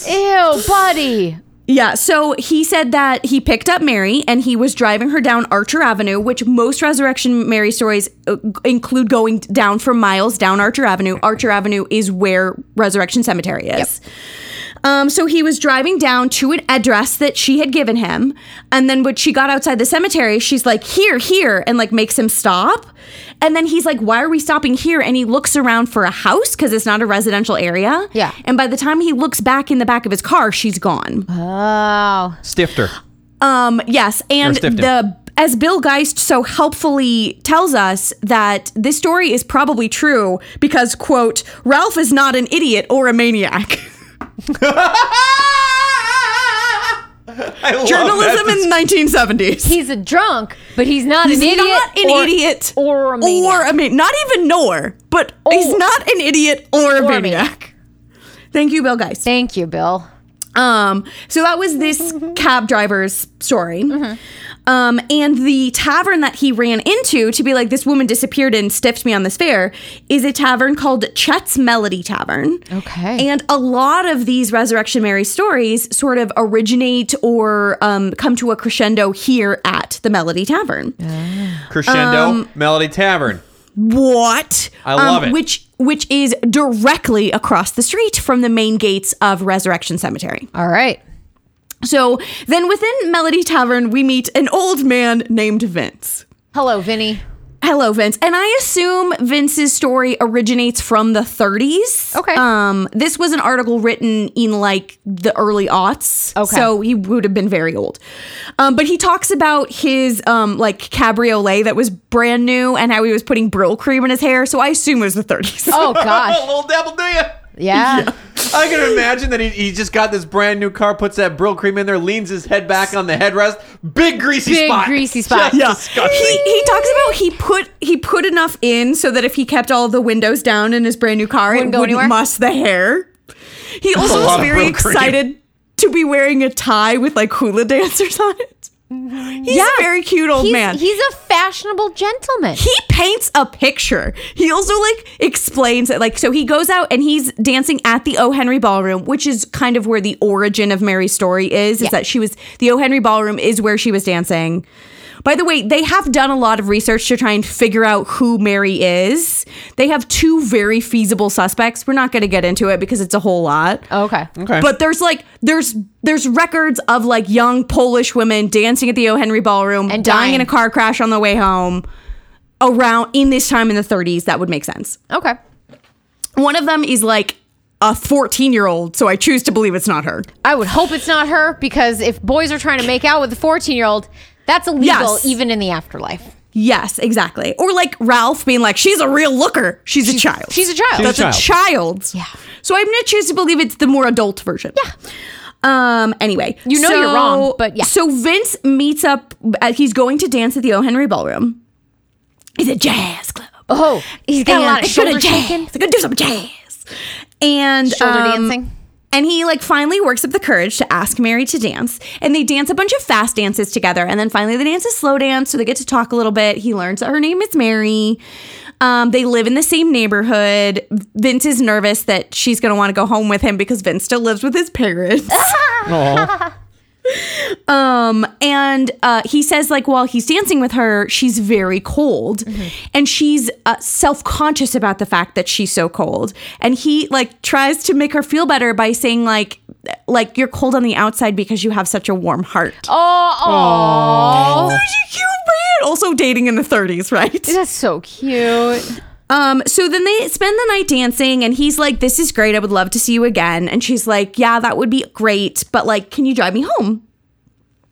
C: Gross.
B: Ew, buddy.
A: Yeah. So he said that he picked up Mary and he was driving her down Archer Avenue, which most Resurrection Mary stories uh, include going down for miles down Archer Avenue. Archer Avenue is where Resurrection Cemetery is. Um, so he was driving down to an address that she had given him. And then when she got outside the cemetery, she's like, here, here, and like makes him stop. And then he's like, why are we stopping here? And he looks around for a house because it's not a residential area.
B: Yeah.
A: And by the time he looks back in the back of his car, she's gone.
B: Oh.
C: Stifter.
A: Um, yes, and
C: stiffed him.
A: the as Bill Geist so helpfully tells us that this story is probably true because quote Ralph is not an idiot or a maniac.
C: I love
A: Journalism
C: that.
A: in the 1970s.
B: He's a drunk, but he's not an
A: He's
B: idiot.
A: not an
B: or-
A: idiot
B: Or a
A: or
B: maniac.
A: a man, not even nor, but he's
B: Or-
A: not an idiot or a
B: Or a
A: maniac. Thank you, Bill Geist.
B: Thank you, Bill.
A: Um, so that was this cab driver's story. Um, and the tavern that he ran into to be like, this woman disappeared and stiffed me on this fare is a tavern called Chet's Melody Tavern.
B: Okay.
A: And a lot of these Resurrection Mary stories sort of originate or um, come to a crescendo here at the Melody Tavern.
C: Crescendo
B: Um,
C: Melody Tavern.
A: What? Um,
C: I love it.
A: Which which is directly across the street from the main gates of Resurrection Cemetery.
B: All right.
A: So then within Melody Tavern, we meet an old man named Vince.
B: Hello, Vinny.
A: Hello, Vince. And I assume Vince's story originates from the 30s.
B: Okay.
A: Um, this was an article written in like the early aughts.
B: Okay.
A: So he would have been very old. Um, but he talks about his um, like cabriolet that was brand new and how he was putting brill cream in his hair. So I assume it was the 30s.
B: Oh
C: Oh,
B: gosh.
C: little devil, do you?
B: Yeah.
C: I can imagine that he, he just got this brand new car, puts that Brill cream in there, leans his head back on the headrest, big greasy
B: Big
C: spot,
B: greasy spot.
C: Just
B: Yeah.
C: disgusting.
A: he, he talks about he put he put enough in so that if he kept all the windows down in his brand new car,
B: Wouldn't
A: it
B: go
A: wouldn't
B: anywhere?
A: muss the hair. He also
C: a
A: was
C: lot of
A: very
C: whipped cream.
A: excited to be wearing a tie with like hula dancers on it. He's a very cute old
B: He's,
A: man.
B: he's a fashionable gentleman.
A: he paints a picture. He also like explains it like so he goes out and he's dancing at the O Henry Ballroom, which is kind of where the origin of Mary's story is,
B: Yeah.
A: is that she was the O Henry Ballroom is where she was dancing. By the way, they have done a lot of research to try and figure out who Mary is. They have two very feasible suspects. We're not going to get into it because it's a whole lot.
B: okay.
C: Okay.
A: But there's like there's there's records of like young Polish women dancing at the O. Henry Ballroom
B: And
A: dying. in
B: dying.
A: a car crash on the way home around in this time in the 30s. That would make sense.
B: Okay.
A: One of them is like a 14 year old, so I choose to believe it's not her.
B: I would hope it's not her because if boys are trying to make out with a 14 year old, that's illegal
A: Yes.
B: even in the afterlife.
A: Yes, exactly. Or like Ralph being like, she's a real looker. She's, a child.
B: she's a child. She's
C: a
A: That's a child.
B: Yeah.
A: So I'm gonna choose to believe it's the more adult version. Yeah. Um. Anyway,
B: You know
A: so-
B: you're wrong, but yeah.
A: So Vince meets up. Uh, he's going to dance at the O. Henry Ballroom. He's a jazz club.
B: Oh, he's got a lot of
A: He's gonna
B: shoulder
A: jazz.
B: shaking.
A: He's gonna do some jazz. And
B: Shoulder
A: um,
B: dancing.
A: and he like finally works up the courage to ask Mary to dance. And they dance a bunch of fast dances together. And then finally they dance a slow dance. So they get to talk a little bit. He learns that her name is Mary. Um, they live in the same neighborhood. Vince is nervous that she's going to want to go home with him because Vince still lives with his parents.
C: Aw.
A: Um, and uh, he says, like, while he's dancing with her, she's very cold, and she's uh, self conscious about the fact that she's so cold. And he like tries to make her feel better by saying, like, like you're cold on the outside because you have such a warm heart. Oh,
B: Oh, oh.
A: cute man. Also dating in the 30s, right?
B: That's so cute.
A: Um, so then they spend the night dancing, and he's like, "This is great. I would love to see you again." And she's like, "Yeah, that would be great, but like, can you drive me home?"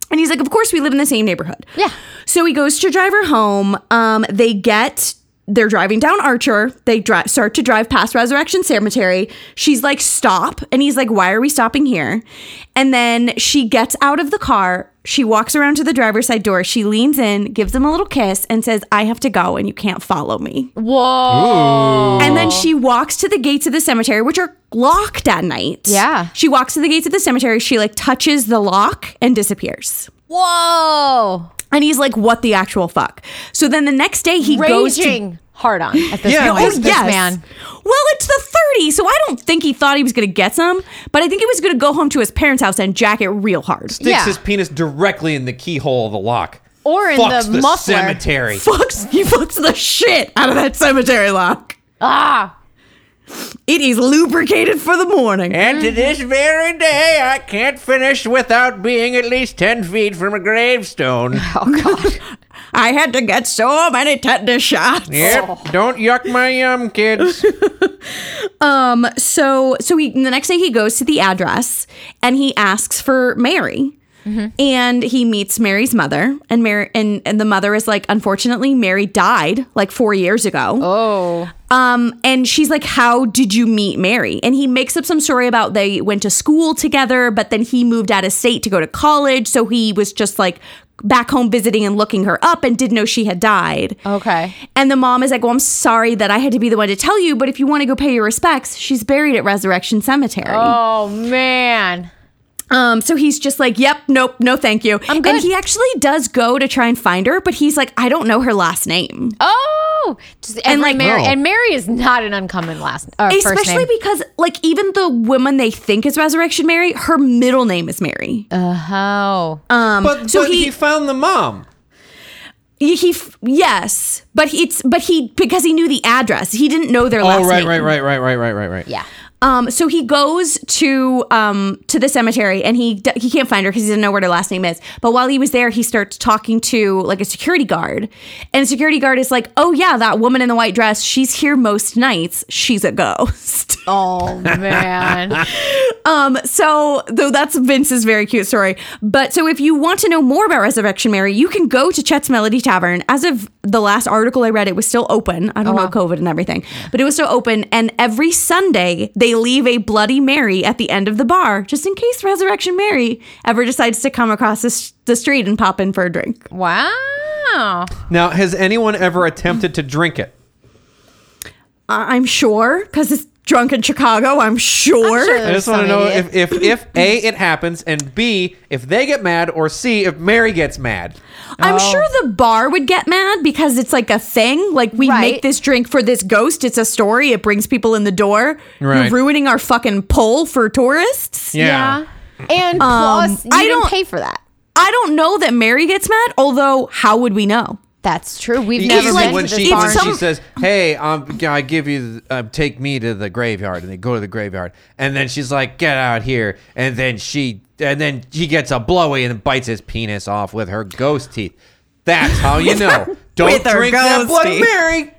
A: And he's like, "Of course, we live in the same neighborhood."
B: Yeah.
A: So he goes to drive her home. Um, they get. They're driving down Archer. They dri- start to drive past Resurrection Cemetery. She's like, "Stop!" And he's like, "Why are we stopping here?" And then she gets out of the car. She walks around to the driver's side door. She leans in, gives him a little kiss, and says, "I have to go, and you can't follow me."
B: Whoa.
A: And then she walks to the gates of the cemetery, which are locked at night.
B: Yeah.
A: She walks to the gates of the cemetery. She like touches the lock and disappears.
B: Whoa.
A: And he's like, what the actual fuck? So then the next day he goes to.
B: Raging hard on at this
C: Yeah.
B: point.
C: Oh,
B: this
A: Yes.
B: man.
A: Well, it's the 30, so I don't think he thought he was going to get some, but I think he was going to go home to his parents' house and jack it real hard.
C: Sticks
B: Yeah.
C: his penis directly in the keyhole of the lock.
B: Or in
C: Fucks
B: the muffler.
C: cemetery.
A: Fucks, he fucks the shit out of that cemetery lock.
B: Ah.
A: It is lubricated for the morning.
C: And to this very day, I can't finish without being at least 10 feet from a gravestone.
B: Oh God.
A: I had to get so many tetanus shots.
C: Yep. Don't yuck my yum, kids.
A: so so he the next day he goes to the address and he asks for Mary. And he meets Mary's mother, and Mary and, and the mother is like, unfortunately, Mary died like four years ago.
B: oh.
A: Um, and she's like, How did you meet Mary? And he makes up some story about they went to school together, but then he moved out of state to go to college. So he was just like back home visiting and looking her up and didn't know she had died.
B: Okay.
A: And the mom is like, Well, I'm sorry that I had to be the one to tell you, but if you want to go pay your respects, she's buried at Resurrection Cemetery.
B: Oh man.
A: Um, so he's just like, Yep, nope, no thank you.
B: I'm good.
A: And he actually does go to try and find her, but he's like, I don't know her last name.
B: Oh. Just every
A: And,
B: and
A: like-
B: like Mary.
C: No.
B: And Mary is not an uncommon last. Uh, first
A: Especially
B: name.
A: because, like, even the woman they think is Resurrection Mary, her middle name is Mary.
B: Uh. oh.
C: but
A: so
C: but Um, he,
A: he-
C: found the mom.
A: He, he f- yes, but he, it's but he because he knew the address, he didn't know their last
C: Oh, right,
A: name.
C: right, right, right, right, right, right, right.
B: yeah.
A: Um, so he goes to um to the cemetery and he d- he can't find her because he doesn't know what her last name is. But while he was there, he starts talking to like a security guard, and the security guard is like, "Oh yeah, that woman in the white dress. She's here most nights. She's a ghost."
B: Oh man.
A: um, so though that's Vince's very cute story. But so if you want to know more about Resurrection Mary, you can go to Chet's Melody Tavern. As of the last article I read, it was still open. I don't know COVID and everything, but it was still open. And every Sunday they leave a Bloody Mary at the end of the bar, just in case Resurrection Mary ever decides to come across the, the street and pop in for a drink.
B: wow.
C: Now, has anyone ever attempted to drink it?
A: I- I'm sure because it's drunk in Chicago. I'm sure.
B: I'm sure
C: I
B: there's
C: just want to
B: some
C: know
B: idiot.
C: if, if, if A, it happens, and B, if they get mad, or C, if Mary gets mad.
A: I'm sure the bar would get mad because it's like a thing. Like we
B: Right.
A: make this drink for this ghost. It's a story. It brings people in the door.
C: Right.
A: You're ruining our fucking poll for tourists.
C: Yeah.
B: And plus, you
A: I
B: didn't
A: don't-
B: pay for that.
A: I don't know that Mary gets mad. Although, how would we know?
B: That's true. We've
C: Easily
B: never
A: like-
B: been
C: when
B: to
A: it's
B: this
C: she,
B: barn.
C: when she
A: some-
C: says, "Hey, um, I give you, the, uh, take me to the graveyard," and they go to the graveyard, and then she's like, "Get out here!" And then she, and then she gets a blowy and bites his penis off with her ghost teeth. That's how you know. Don't
A: With her
C: drink that
A: ghost
C: Bloody
A: teeth.
C: Mary.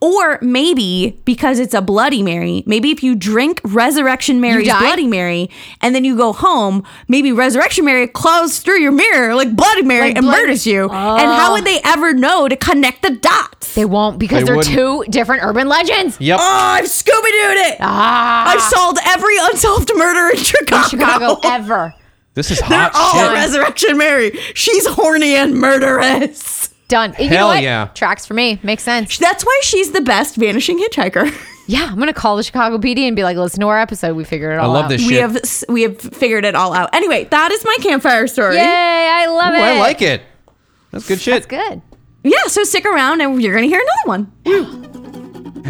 A: Or maybe because it's a Bloody Mary, maybe if you drink Resurrection Mary's
B: die?
A: Bloody Mary and then you go home, maybe Resurrection Mary claws through your mirror like Bloody Mary
B: Like
A: and
B: Blood-
A: murders you. And how would they ever know to connect the dots?
B: They won't because
C: They
B: they are
C: wouldn't.
B: two different urban legends.
C: Yep.
A: Oh, I've Scooby Dooed it!
B: Ah,
A: I've solved every unsolved murder in Chicago.
B: Chicago ever
C: This is
A: They're
C: hot
A: all
C: shit.
A: Resurrection Mary. She's horny and murderous.
B: done. You know
C: Hell
B: what?
C: yeah.
B: tracks for me makes sense.
A: That's why she's the best vanishing hitchhiker.
B: Yeah, I'm gonna call the Chicago PD and be like, listen to our episode. We figured it
C: I
B: all out.
C: love this
A: we
C: shit.
A: have s- we have figured it all out. Anyway, that is my campfire story.
B: Yay! I love
C: Ooh,
B: it.
C: Oh, I like it. That's good shit.
B: It's good.
A: Yeah, so stick around and you're gonna hear another one.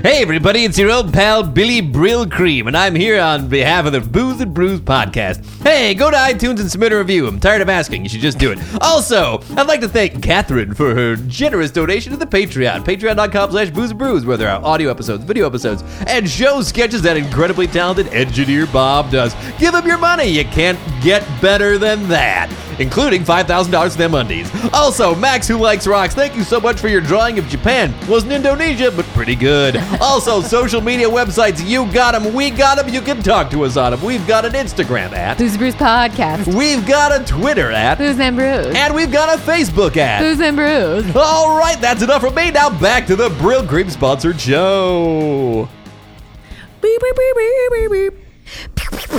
C: Hey, everybody, it's your old pal Billy Brill Cream, and I'm here on behalf of the Booze and Brews podcast. Hey, go to iTunes and submit a review. I'm tired of asking. You should just do it. Also, I'd like to thank Catherine for her generous donation to the Patreon. Patreon.com slash Booze and Brews, where there are audio episodes, video episodes, and show sketches that incredibly talented engineer Bob does. Give him your money. You can't get better than that including $5,000 to them undies. Also, Max, who likes rocks, thank you so much for your drawing of Japan. Wasn't Indonesia, but pretty good. Also, social media websites, you got 'em, we got 'em. you can talk to us on 'em. We've got an Instagram at,
B: Booze and Brews podcast.
C: we've got a Twitter at,
B: Booze and Brews.
C: and we've got a Facebook at.
B: Booze and Brews.
C: All right, that's enough from me. Now back to the Brill Cream sponsored show.
A: Beep, beep, beep, beep, beep, beep.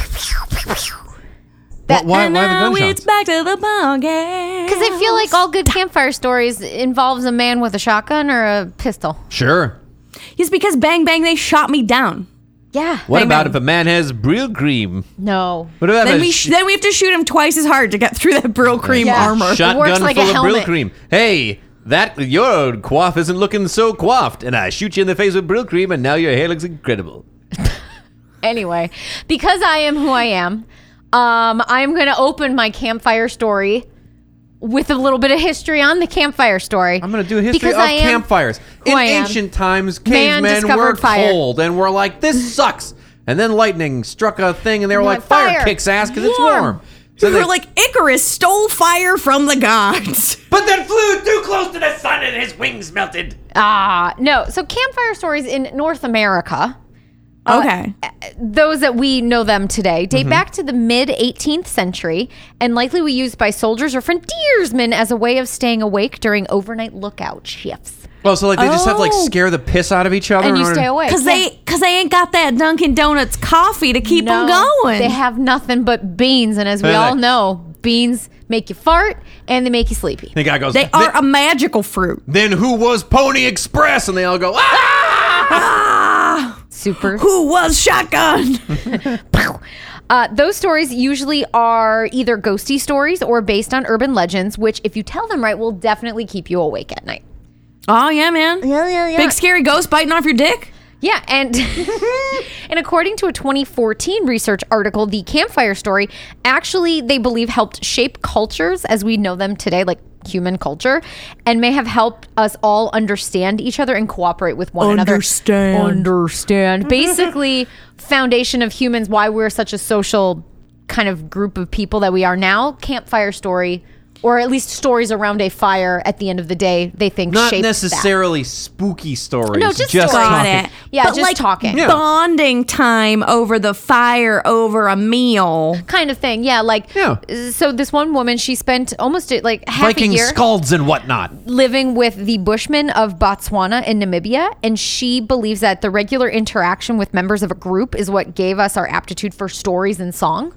B: That-
C: why,
A: and now it's back to the podcast.
B: Because I feel like all good campfire stories involves a man with a shotgun or a pistol.
C: Sure.
A: it's because bang bang they shot me down.
B: Yeah.
C: What
A: Bang,
C: about
A: bang.
C: if a man has Brill Cream?
B: No.
C: What about
A: Then
C: if a
A: we
C: sh-
A: sh- then we have to shoot him twice as hard to get through that brill cream
B: Yeah.
A: armor.
B: Shut- It works
C: Shotgun
B: like
C: full
B: a
C: of Brill
B: helmet.
C: Cream. Hey, that your quaff isn't looking so quaffed, and I shoot you in the face with Brill Cream, and now your hair looks incredible.
B: Anyway, because I am who I am, um, I'm going to open my campfire story with a little bit of history on the campfire story.
C: I'm gonna do a history
B: Because
C: of
B: I am
C: campfires.
B: who
C: In
B: I am.
C: ancient times,
B: Man
C: cavemen
B: discovered
C: were
B: fire.
C: cold, and were like, "This sucks." And then lightning struck a thing, and they were
B: Like,
C: like, "Fire,
B: fire.
C: kicks ass because it's
B: Warm."
C: warm." So
A: We
C: they,
A: We're like Icarus stole fire from the gods.
D: But then flew too close to the sun and his wings melted.
B: Ah, no. So campfire stories in North America,
A: okay.
B: those that we know them today,
C: Mm-hmm.
B: date back to the mid 18th century and likely were used by soldiers or frontiersmen as a way of staying awake during overnight lookout shifts.
C: "Oh, so like they just have to like
A: Oh.
C: scare the piss out of each other."
B: And
C: in
B: you
C: order-
B: stay awake.
A: Cause they, cause they ain't got that Dunkin' Donuts coffee to keep them
B: No,
A: going.
B: They have nothing but beans, and as we
C: They're
B: all
C: like-
B: know, beans make you fart and they make you sleepy.
C: The guy goes,
A: They are
C: "Th-
A: a magical fruit.
C: Then who was Pony Express? And they all go, "Ah!"
B: Ah! Super.
A: Who was shotgun?
B: Uh, those stories usually are either ghosty stories or based on urban legends, which, if you tell them right, will definitely keep you awake at night.
A: Oh yeah, man. Yeah, yeah, yeah. Big scary ghost biting off your dick.
B: Yeah, and and according to a 2014 research article, the campfire story actually they believe helped shape cultures as we know them today, like human culture, and may have helped us all understand each other and cooperate with one
A: Understand.
B: another. Understand. Basically, foundation of humans, why we're such a social kind of group of people that we are now. Campfire story, or at least stories around a fire. At the end of the day, they think
C: not
B: shaped that.
C: necessarily spooky stories.
B: No, just stories.
A: Got
C: talking.
A: it.
B: Yeah, just talking.
C: Yeah.
A: Bonding time over the fire over a meal.
B: kind of thing. Yeah, like
C: Yeah.
B: So this one woman, she spent almost uh, like half
C: Viking
B: a year
C: scalds and whatnot.
B: living with the Bushmen of Botswana and Namibia, and she believes that the regular interaction with members of a group is what gave us our aptitude for stories and song.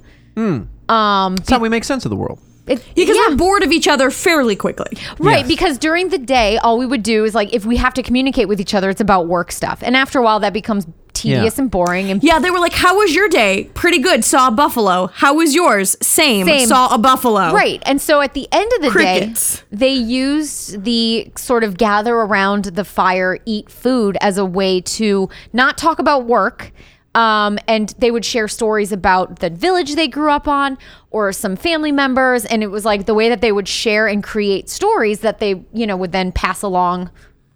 B: Um,
C: That's how we make sense of the world.
B: it-
A: Because
B: yeah.
A: we're bored of each other fairly quickly.
B: Right,
C: Yes.
B: because during the day, all we would do is like if we have to communicate with each other, it's about work stuff, and after a while, that becomes tedious
C: Yeah.
B: and boring. And
A: Yeah, they were like, "How was your day? Pretty good. Saw a buffalo. How was yours? Same.
B: Same.
A: Saw a buffalo.
B: Right. And so at the end of the
A: Crickets.
B: day, they used the sort of gather around the fire, eat food as a way to not talk about work. Um, and they would share stories about the village they grew up on or some family members. And it was like the way that they would share and create stories that they, you know, would then pass along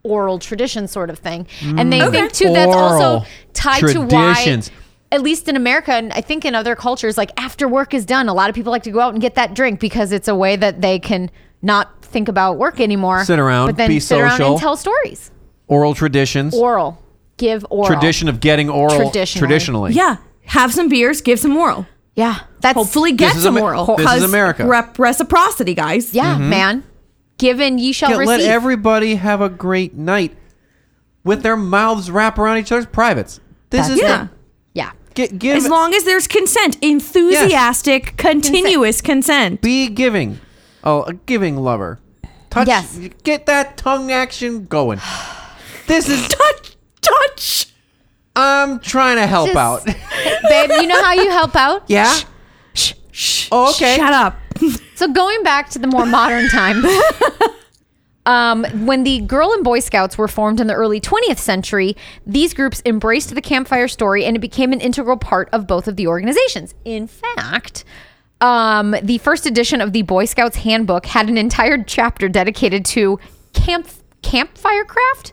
B: oral tradition sort of thing. And they think too that's
C: Mm. Oral
B: also tied
C: traditions.
B: to why at least in America and I think in other cultures, like after work is done, a lot of people like to go out and get that drink because it's a way that they can not think about work anymore.
C: Sit around,
B: but then
C: be
B: sit around
C: social.
B: and tell stories.
C: Oral traditions.
B: Oral. Give oral.
C: Tradition of getting oral
B: Traditionally.
C: traditionally.
A: Yeah. Have some beers, give some oral.
B: Yeah. That's
A: Hopefully get
C: This is
A: some
C: Ama-
A: oral.
C: this is
A: 'cause
C: America.
A: Rep- reciprocity, guys.
B: Yeah, man. Mm-hmm. Given ye shall
C: Yeah,
B: receive.
C: let everybody have a great night with their mouths wrapped around each other's privates. This
B: That's
C: is
A: Yeah.
B: yeah.
C: the, gi- give
A: As long as there's consent, enthusiastic, continuous consent.
C: be giving. Oh, a giving lover. Touch.
B: Yes.
C: Get that tongue action going. This is.
A: Touch, touch.
C: I'm trying to help
B: Just-
C: out.
B: Babe, you know how you help out?
C: yeah.
A: Shh, shh.
C: Oh, okay.
A: Shut up.
B: So going back to the more modern times, um, when the Girl and Boy Scouts were formed in the early 20th century, these groups embraced the campfire story and it became an integral part of both of the organizations. In fact, um, the first edition of the Boy Scouts handbook had an entire chapter dedicated to camp campfire craft.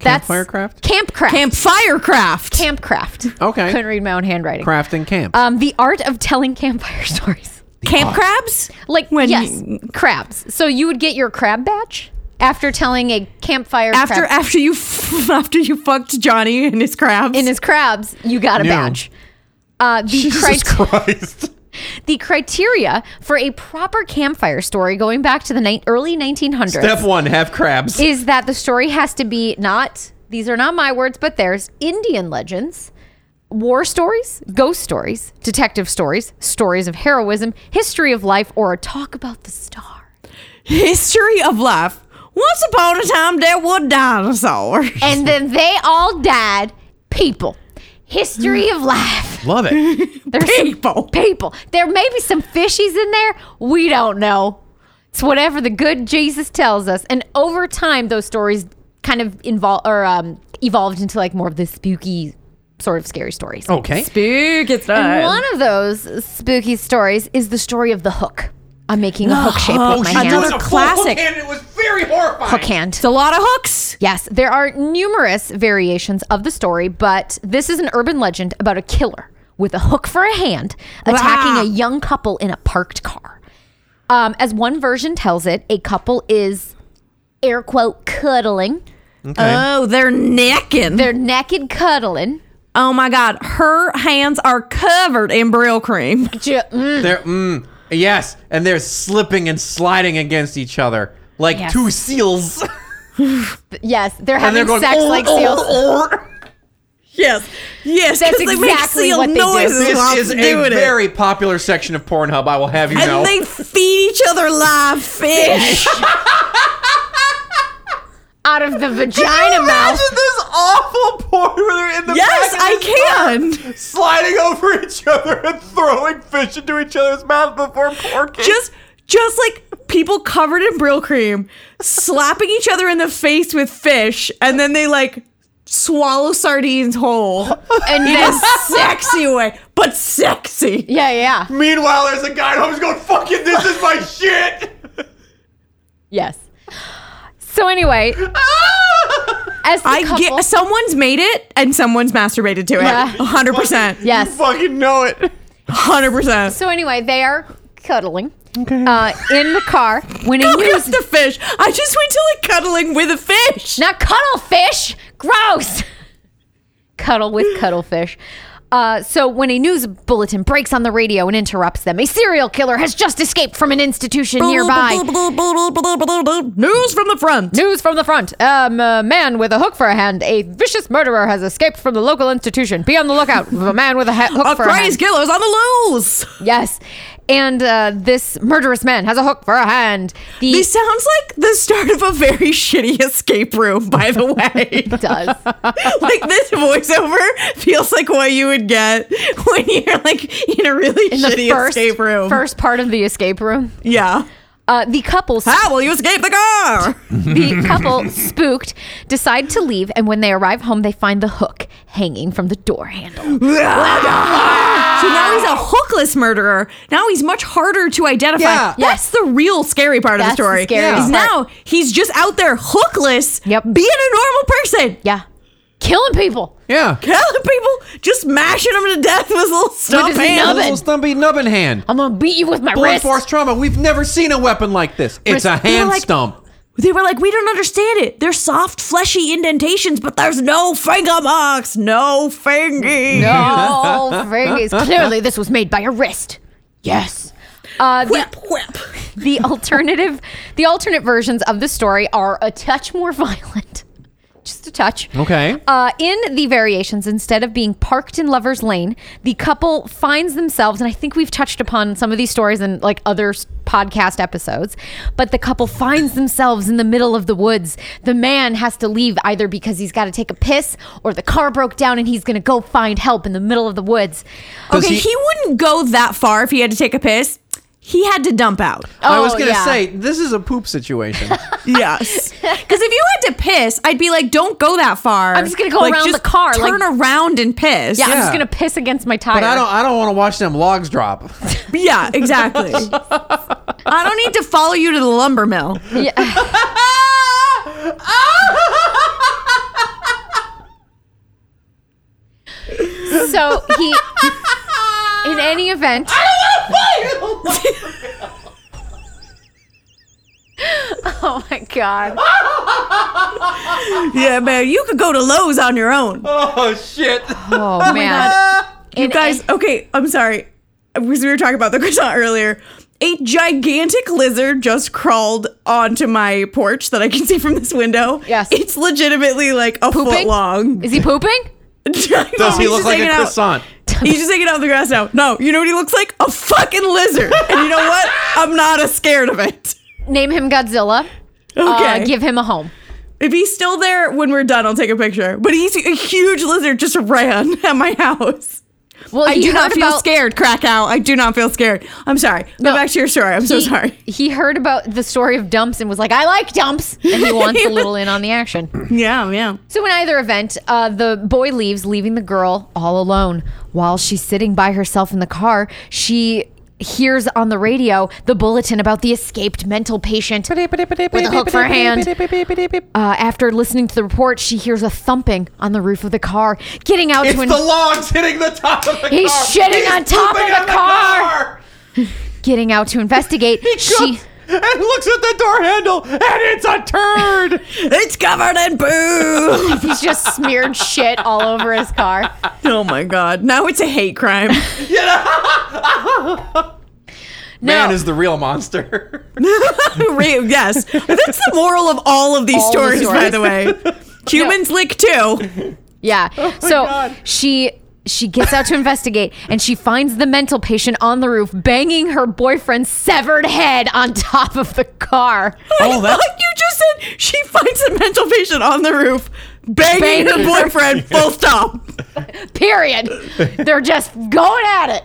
C: Campfire craft?
B: Camp craft.
A: Camp Firecraft.
B: Camp craft.
C: Okay.
B: Couldn't read my own handwriting.
C: Crafting camp.
B: Um, the art of telling campfire stories
A: Camp crabs?
B: like
A: When
B: yes,
A: you-
B: crabs. So you would get your crab batch after telling a campfire
A: After
B: crab-
A: after you f- after you fucked Johnny and his crabs.
B: in his crabs, you got a
C: Yeah.
B: badge. Uh, the,
C: Jesus
B: crit-
C: Christ.
B: the criteria for a proper campfire story going back to the ni- early 1900s
C: Step one: have crabs.
B: is that the story has to be not these are not my words but theirs indian legends war stories ghost stories detective stories stories of heroism history of life or a talk about the star
A: History of life. Once upon a time, there were dinosaurs.
B: and then they all died people history of life
C: Love it.
B: there's
A: People.
B: some people there may be some fishies in there we don't know it's whatever the good jesus tells us and over time those stories kind of involve or um, evolved into like more of the spooky sort of scary stories
A: Oh,
C: Okay.
A: Spooky
B: and
A: stuff.
B: one of those spooky stories is the story of the hook i'm making a hook shape
C: Oh,
B: with my hand
A: Oh, Another classic.
C: it was very horrifying.
B: hook hand
A: It's a lot of hooks.
B: Yes, there are numerous variations of the story, but this is an urban legend about a killer with a hook for a hand attacking
A: Wow.
B: a young couple in a parked car. Um, as one version tells it, a couple is air quote cuddling.
A: Oh, they're necking.
B: They're naked cuddling.
A: oh my God. Her hands are covered in Brill cream.
B: Ju- mm,
C: They're mm, yes, and they're slipping and sliding against each other like
B: Yes.
C: two seals,
B: yes, they're
C: and
B: having
C: they're going "Oh,
B: sex
C: "Or,
B: like
C: or,
B: seals.
C: or."
A: Yes. Yes.
B: That's
A: 'cause
B: exactly what they do.
A: noises while
C: This is a
A: doing it.
C: very popular section of Pornhub. I will have you
A: And
C: know.
A: they feed each other live fish.
B: Out of the
C: Can you
B: vagina mouth.
C: imagine this awful porn where they're in the
A: yes,
C: back of
A: I
C: this
A: can.
C: bar, sliding over each other and throwing fish into each other's mouth before porn. came.
A: Just just like people covered in brill cream slapping each other in the face with fish and then they like swallow sardines whole
B: And
A: in
B: then,
A: a sexy way, but sexy.
B: yeah, yeah, yeah.
C: Meanwhile, there's a guy at home who's going, "Fucking, this is my shit."
B: Yes. So anyway, as the
A: I
B: couple,
A: get someone's made it and someone's masturbated to it.
B: Yeah.
A: A 100%.
B: yes.
C: You fucking know it.
A: 100%.
B: So anyway, they are cuddling
C: Okay.
B: uh, in the car when a
A: Look
B: news
A: at the fish. I just went to like cuddling with a fish.
B: not cuddlefish, gross. Cuddle with cuddlefish. Uh, so when a news bulletin breaks on the radio and interrupts them, a serial killer has just escaped from an institution nearby.
A: News from the front.
B: News from the front. Um, a man with a hook for a hand. A vicious murderer has escaped from the local institution. Be on the lookout for a man with a ha- hook
A: A
B: for a hand.
A: craze killer's on the loose.
B: Yes. And uh, this murderous man has a hook for a hand. The
A: This sounds like the start of a very shitty escape room, by the way.
B: does.
A: like this voiceover feels like what you would get when you're like in a really
B: in
A: shitty
B: the first,
A: escape room.
B: first part of the escape room.
A: Yeah.
B: Uh, the couple,
A: How will you escape the car?
B: the couple, spooked, decide to leave, and when they arrive home, they find the hook hanging from the door handle.
A: So now he's a hookless murderer. Now he's much harder to identify.
C: Yeah.
A: That's the real scary part of
B: That's
A: the
B: the
A: story.
B: scary part.
A: Is now he's just out there hookless,
B: Yep.
A: being a normal person.
B: Yeah, killing people
C: Yeah.
A: Killing people, just mashing them to death with his little stuff
B: his
A: hands.
B: nubbin.
C: Little stumpy nubbin hand.
B: I'm gonna beat you with my
C: Blunt
B: wrist.
C: force trauma. We've never seen a weapon like this. It's
B: Wrist-
C: a
B: They're
C: hand
B: like-
C: stump.
A: They were like, we don't understand it. They're soft, fleshy indentations, but there's no finger marks, no fingers.
B: No, fingers. Clearly, this was made by a wrist. Yes. Uh, the,
A: Whip, whip.
B: the alternative, the alternate versions of the story are a touch more violent, just a touch.
C: Okay.
B: Uh, in the variations, instead of being parked in Lover's Lane, the couple finds themselves, and I think we've touched upon some of these stories in like other s- podcast episodes, but the couple finds themselves in the middle of the woods. The man has to leave either because he's got to take a piss or the car broke down and he's going to go find help in the middle of the woods.
C: Does
A: Okay,
C: he-
A: he wouldn't go that far if he had to take a piss. He had to dump out.
C: I was
B: Oh,
C: gonna
B: yeah.
C: say this is a poop situation.
A: Yes. Because if you had to piss, I'd be like, don't go that far.
B: I'm just gonna go around
A: just
B: the car,
A: Turn
B: like-
A: around and piss.
B: Yeah, I'm
C: Yeah.
B: just going to piss against my tire.
C: but I don't. I don't want to watch them logs drop.
A: Yeah, exactly. I don't need to follow you to the lumber mill.
B: Yeah. so he, in any event, oh my god,
A: Yeah, man, you could go to Lowe's on your own.
C: oh shit!
B: oh man,
A: You guys, okay, I'm sorry. Because we were talking about the croissant earlier. A gigantic lizard just crawled onto my porch that I can see from this window.
B: Yes.
A: It's legitimately like a foot
B: pooping
A: long.
B: Is he pooping?
C: Does he look like a croissant?
A: He's just hanging out on the grass now. No, you know what he looks like? A fucking lizard. And you know what? I'm not as scared of it.
B: Name him Godzilla.
A: Okay.
B: Uh, give him a home.
A: if he's still there when we're done, I'll take a picture. But he's a huge lizard just ran at my house.
B: Well,
A: I
B: he
A: do not
B: heard
A: feel
B: about-
A: scared, Krakow. I do not feel scared. I'm sorry. Go back to your story. I'm so
B: he-
A: sorry.
B: He heard about the story of dumps and was like, I like dumps. And he wants a little in on the action.
A: Yeah, yeah.
B: So in either event, uh, the boy leaves, leaving the girl all alone. While she's sitting by herself in the car, she hears on the radio the bulletin about the escaped mental patient with a hook for a hand. Uh, after listening to the report, she hears a thumping on the roof of the car, getting out
C: It's
B: to an
C: the logs hitting the top of the
B: He's
C: car.
B: shitting on top of
C: pooping
B: the
C: on
B: car. getting out to investigate. she
C: Comes and looks at the door handle, and it's a turd.
A: It's covered in poo.
B: he's just smeared shit all over his car.
A: oh my god. Now it's a hate crime.
B: No.
C: Man is the real monster.
A: Re- yes. That's the moral of all of these
B: All the
A: stories, by
B: stories.
A: the way. Humans lick too.
B: Yeah. so
C: God.
B: she she gets out to investigate and she finds the mental patient on the roof banging her boyfriend's severed head on top of the car.
C: oh, that's
A: like you just said, she finds a mental patient on the roof, banging her
B: Banging.
A: boyfriend, full stop.
B: Period. They're just going at it.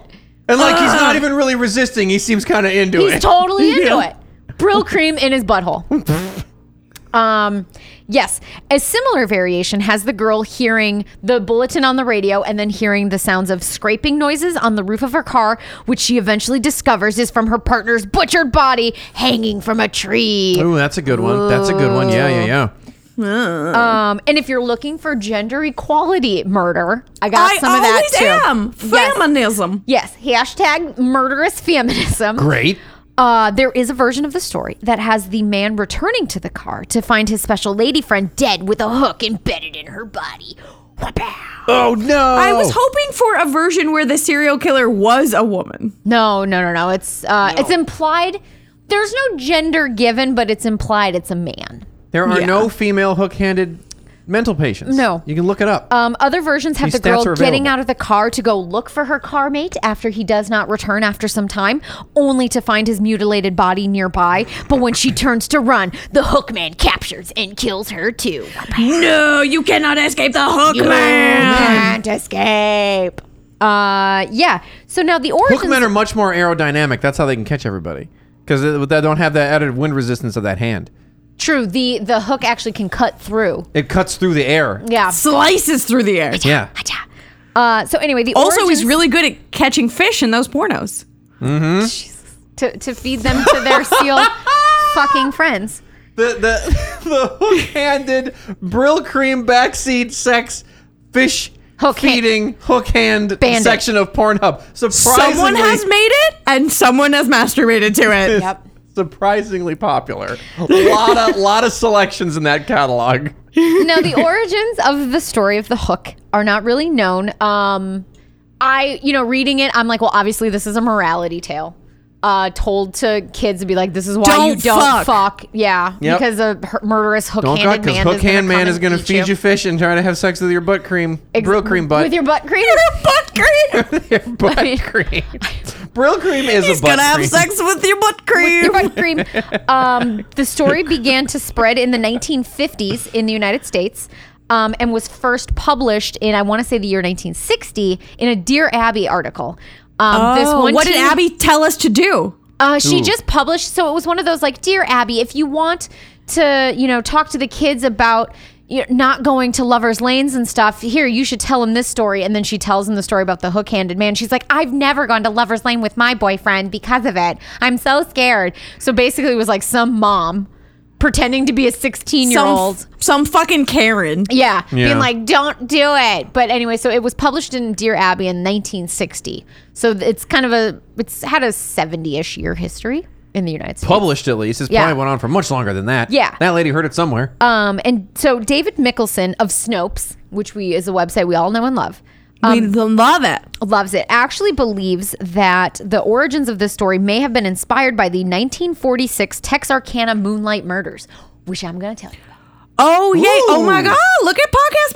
C: and like he's not even really resisting. He seems kind of into
B: He's
C: it.
B: totally into
A: Yeah.
B: it. Brill cream in his butthole. um yes, a similar variation has the girl hearing the bulletin on the radio and then hearing the sounds of scraping noises on the roof of her car, which she eventually discovers is from her partner's butchered body hanging from a tree.
C: Ooh, that's a good one. That's a good one. Yeah, yeah, yeah.
B: Um, and if you're looking for gender equality murder, I got
A: I
B: some of that
A: always
B: too.
A: am.
B: Yes.
A: Feminism.
B: yes, hashtag murderous feminism.
C: Great.
B: Uh, there is a version of the story that has the man returning to the car to find his special lady friend dead with a hook embedded in her body. Wha-pow.
C: Oh no!
A: I was hoping for a version where the serial killer was a woman.
B: No, no, no, no. It's uh, it's implied. There's no gender given, but it's implied it's a man.
C: there are
A: Yeah.
C: no female hook-handed mental patients.
B: No.
C: you can look it up.
B: Um, other versions have
C: These
B: the girl
C: stats are
B: getting
C: available.
B: out of the car to go look for her car mate after he does not return after some time, only to find his mutilated body nearby. But when she turns to run, the hook man captures and kills her too.
A: No, you cannot escape the hook
B: Can't escape. Uh, yeah. So now the origins.
C: Hookmen are much more aerodynamic. That's how they can catch everybody because they don't have that added wind resistance of that hand.
B: true. The the hook actually can cut through.
C: It cuts through the air.
B: Yeah.
A: Slices through the air.
C: Yeah.
B: Uh, so anyway, the
A: Also, he's
B: origins-
A: really good at catching fish in those pornos.
B: to to feed them to their seal fucking friends.
C: The the the hook-handed Brill Cream backseat sex fish
B: Hook hand-
C: feeding hook hand
B: Bandit.
C: section of Pornhub. Surprisingly,
A: Someone has made it, and someone has masturbated to it.
B: Yep.
D: surprisingly popular. A lot of, lot of selections in that catalog.
B: no, the origins of the story of the hook are not really known. Um, I, you know, reading it, I'm like, well, obviously this is a morality tale. Uh, told to kids to be like, this is why you
A: Don't
B: don't fuck.
A: fuck.
B: Yeah,
D: Yep.
B: because a hu- murderous
D: Don't
B: hook-handed
D: cut because
B: man,
D: Hook Hand Man
B: come
D: is
B: and
D: going to
B: eat
D: feed you. fish and try to have sex with your butt cream.
B: Ex-
D: Brill cream butt.
B: with your butt cream.
A: butt cream.
D: your butt cream. Brill cream is
A: He's
D: a butt
A: gonna have
D: cream.
A: sex with your butt
B: with your butt
A: cream.
B: cream. Um, the story began to spread in the 1950s in the United States. Um, and was first published in, I want to say, the year 1960 in a Dear Abby article. Um, this
A: Oh,
B: one
A: what did
B: teen-
A: Abby tell us to do?
B: Uh, she
D: Ooh.
B: just published, so it was one of those like, dear Abby, if you want to, you know, talk to the kids about you know, not going to lovers' lanes and stuff, here you should tell them this story. And then she tells them the story about the hook-handed man. She's like, I've never gone to lovers' lane with my boyfriend because of it. I'm so scared. So basically, it was like some mom pretending to be a 16 year
A: Some,
B: old.
A: some fucking Karen.
B: Yeah,
D: Yeah.
B: Being like, don't do it. But anyway, so it was published in Dear Abby in 1960. So th- it's kind of a, it's had a 70 ish year history in the United States.
D: Published at least. This
B: Yeah.
D: probably went on for much longer than that.
B: Yeah.
D: That lady heard it somewhere.
B: um, and so David Mickelson of Snopes, which we is a website we all know and love,
A: we love it.
B: loves it, actually believes that the origins of this story may have been inspired by the 1946 Texarkana Moonlight Murders, which I'm going to tell you about.
A: Oh yay! Oh my
D: Ooh.
A: god! Look at podcast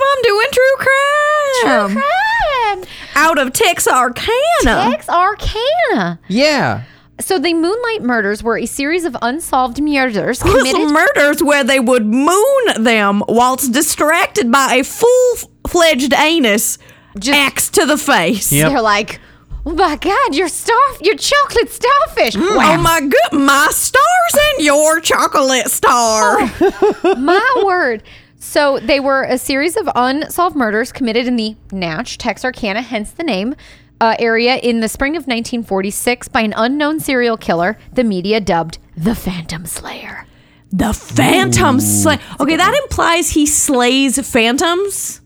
A: mom doing true crime.
B: Um, Crime!
A: Out of Texarkana.
B: Texarkana.
D: yeah.
B: So the Moonlight Murders were a series of unsolved murders
A: Arcana.
B: committed.
A: murders where they would moon them whilst distracted by a full-fledged anus
B: Just-
A: axe to the face.
D: Yep.
B: They're like, oh my god, your star, your chocolate starfish.
A: Oh
D: Hmm.
A: my good, my stars and your chocolate star.
B: my word. So they were a series of unsolved murders committed in the Natch, Texarkana, hence the name, uh, area in the spring of 1946 by an unknown serial killer. The media dubbed the Phantom Slayer.
A: The phantom slay. Okay, that implies he slays phantoms.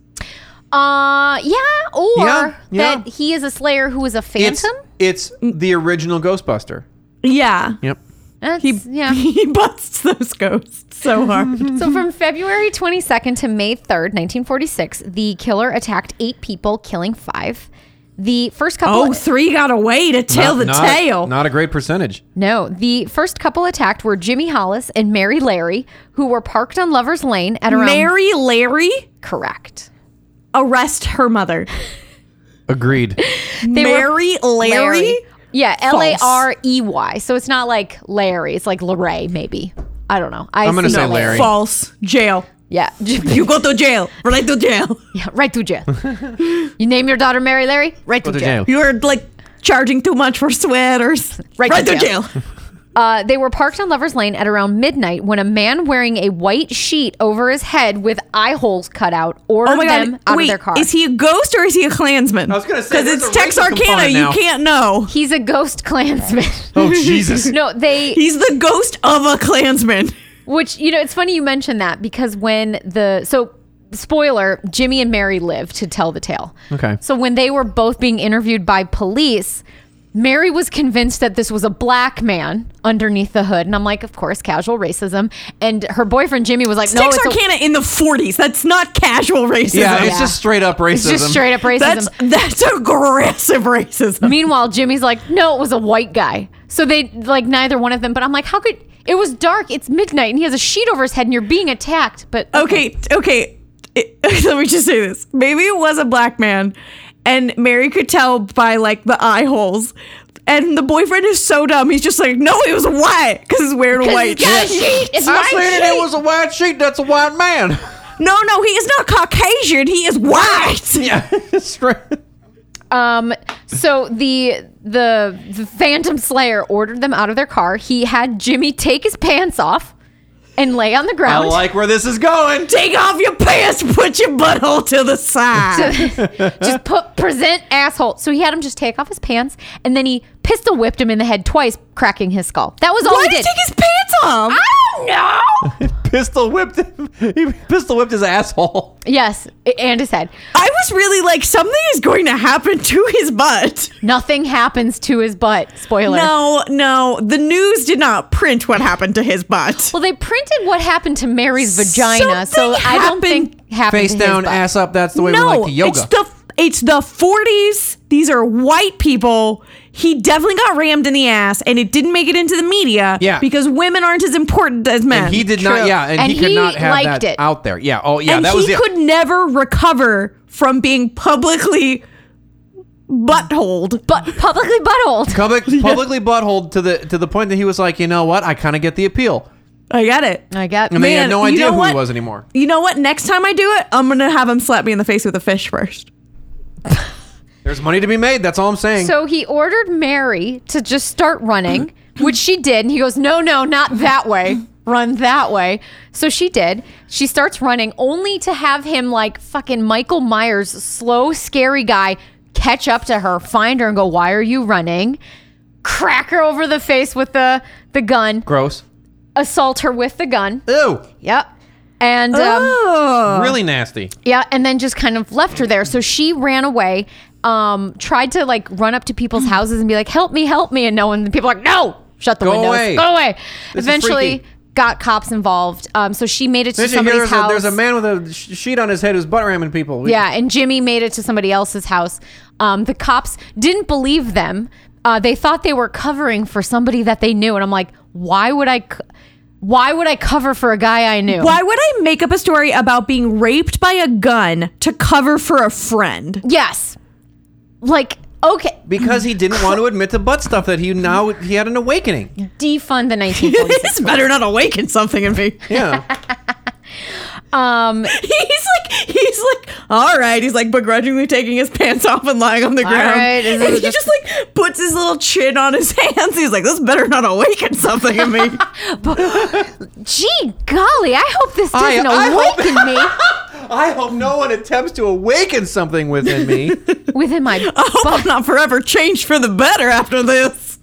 B: Uh, yeah, or
D: Yeah, yeah.
B: that he is a Slayer who is a
D: It's,
B: phantom.
D: it's the original Ghostbuster.
A: Yeah.
D: Yep.
B: That's- yeah.
A: He busts those ghosts so hard.
D: Mm-hmm.
B: So from February 22nd to May 3rd, 1946, the killer attacked eight people, killing five. The first couple.
A: oh, three got away to tell
D: Not-
A: the
D: not-
A: tale.
D: Not a great percentage.
B: No, the first couple attacked were Jimmy Hollis and Mary Larry, who were parked on Lover's Lane at around.
A: Mary Larry,
B: Correct.
A: arrest her mother.
D: Agreed.
B: They were-
A: Mary Larry?
B: Yeah, L A R E Y. So it's not like Larry. It's like Larry, maybe. I don't know. I
D: I'm gonna
B: see
D: say
B: it.
D: Larry.
A: False. Jail.
B: Yeah.
A: You go to jail. Right to jail.
B: yeah. Right to jail. you name your daughter Mary Larry? Right to
D: Go to
B: jail.
D: jail.
A: You're like charging too much for sweaters.
B: Right to jail.
A: jail.
B: Uh, they were parked on Lover's Lane at around midnight when a man wearing a white sheet over his head with eye holes cut out ordered
A: Oh my
B: them
A: god.
B: out
A: Wait,
B: of their car.
A: is he a ghost or is he a Klansman? I
D: was gonna say, where's
A: because it's
D: the racial
A: Texarkana.
D: component
A: You
D: now?
A: can't know.
B: He's a ghost clansman.
D: oh, Jesus.
B: no, they
A: He's the ghost of a Klansman.
B: Which you know, it's funny you mentioned that because when the so spoiler, Jimmy and Mary live to tell the tale.
D: Okay.
B: So when they were both being interviewed by police, Mary was convinced that this was a black man underneath the hood, and I'm like, of course, casual racism. And her boyfriend Jimmy was like, no, it's, a-
A: Texarkana in the 40s. That's not casual racism.
D: Yeah, it's
B: Yeah.
D: just straight up racism.
B: it's just straight up racism.
A: That's that's aggressive racism.
B: Meanwhile, Jimmy's like, no, it was a white guy. So they like neither one of them. But I'm like, how could it was dark? It's midnight, and he has a sheet over his head, and you're being attacked. But
A: Okay, t- okay. It- let me just say this. Maybe it was a black man, and Mary could tell by like the eye holes. And the boyfriend is so dumb. He's just like, no, it was white because he's wearing white.
B: He's got a
A: shit."
B: sheet. It's
D: I
B: white
D: said it,
B: sheet.
D: it was a white sheet. That's a white man.
A: No, no, he is not Caucasian. He is white.
D: Yeah. straight.
B: Um, so the, the the Phantom Slayer ordered them out of their car. He had Jimmy take his pants off and lay on the
D: I
B: ground.
D: like where this is going.
A: Take off your pants. Put your butthole to the side.
B: just put present asshole. So he had him just take off his pants and then he pistol whipped him in the head twice, cracking his skull. That was all
A: Why
B: he
A: did he
B: did.
A: take his pants off?
B: I don't know.
C: pistol whipped him. He pistol whipped his asshole.
B: Yes, a- and his head.
A: I was really like, something is going to happen to his butt.
B: Nothing happens to his butt. Spoiler.
A: No, no, the news did not print what happened to his butt.
B: Well, they printed what happened to Mary's vagina, so
A: Something
B: I don't
A: happened-
B: think happened
C: Face
B: to his
C: down,
B: butt.
C: ass up. That's the way we
A: no,
C: like to yoga.
A: it's the it's the forties. These are white people. He definitely got rammed in the ass, and it didn't make it into the media.
C: Yeah.
A: because women aren't as important as men.
C: and he did not.
B: True.
C: Yeah, and,
B: And
C: he could
B: he
C: not have
B: liked
C: that
B: it.
C: out there. Yeah. Oh, yeah.
A: and
C: that
A: he
C: was the,
A: could never recover from being publicly buttholed.
B: but publicly buttholed.
C: public, publicly buttholed to the to the point that he was like, you know what? I kind of get the appeal.
A: I get it.
B: I got
C: And they
A: Man,
C: had no
A: you
C: idea
A: know
C: who he
A: what?
C: was anymore.
A: You know what? Next time I do it, I'm gonna have him slap me in the face with a fish first.
C: There's money to be made. That's all I'm saying.
B: So he ordered Mary to just start running, which she did. And he goes, No, no, not that way. Run that way. So she did. She starts running only to have him, like fucking Michael Myers, slow, scary guy, catch up to her, find her, and go, Why are you running? Crack her over the face with the, the gun,
C: Gross.
B: assault her with the gun.
C: Ew.
B: Yep. And um,
A: oh,
C: Really nasty.
B: Yeah, and then just kind of left her there. So she ran away, um, tried to like run up to people's houses and be like, "Help me, help me!" And no one, the people are like, "No, shut the
C: Go
B: windows,
C: away.
B: go away."
C: This is
B: Eventually,
C: freaky.
B: got cops involved. Um, so she made it to
C: Did you hear
B: somebody's
C: there's a,
B: house.
C: there's a man with a sh- sheet on his head who's butt ramming people. We-
B: Yeah, and Jimmy made it to somebody else's house. Um, the cops didn't believe them. Uh, they thought they were covering for somebody that they knew, and I'm like, why would I? Co- why would I cover for a guy I knew?
A: Why would I make up a story about being raped by a gun to cover for a friend?
B: Yes, like okay.
C: Because he didn't want to admit to butt stuff that he now he had an awakening.
B: defund the 1946.
A: This better not awaken something in me.
C: Yeah.
B: um,
A: He's like, he's like, all right. He's like begrudgingly taking his pants off and lying on the ground.
B: right, is
A: and
B: it
A: he just, like puts his little chin on his hands. He's like, this better not awaken something in me.
B: gee golly, I hope this
C: I-
B: doesn't
C: I hope-
B: awaken
C: I hope no one attempts to awaken something within me.
B: me within my
A: I hope I'm not forever changed for the better after this.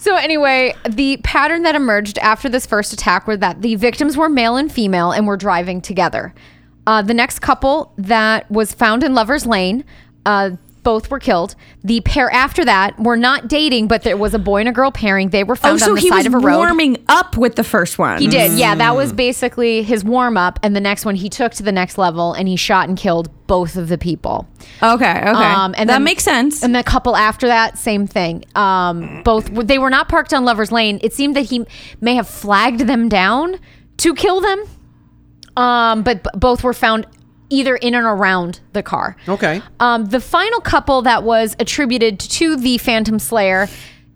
B: So anyway, the pattern that emerged after this first attack were that the victims were male and female and were driving together. Uh, the next couple that was found in Lover's Lane, uh, both were killed. The pair after that were not dating, but there was a boy and a girl pairing. They were found
A: Oh,
B: on the side of a road.
A: warming up with the first one.
B: He did. Yeah, that was
A: Mm.
B: basically his warm up. And the next one he took to the next level and he shot and killed both of the people.
A: Okay, okay,
B: Um, and
A: that
B: then-
A: makes sense.
B: And the couple after that, same thing. Um, both were- they were not parked on Lover's Lane. It seemed that he may have flagged them down to kill them, um, but b- both were found either in and around the car.
C: Okay.
B: Um, the final couple that was attributed to the Phantom Slayer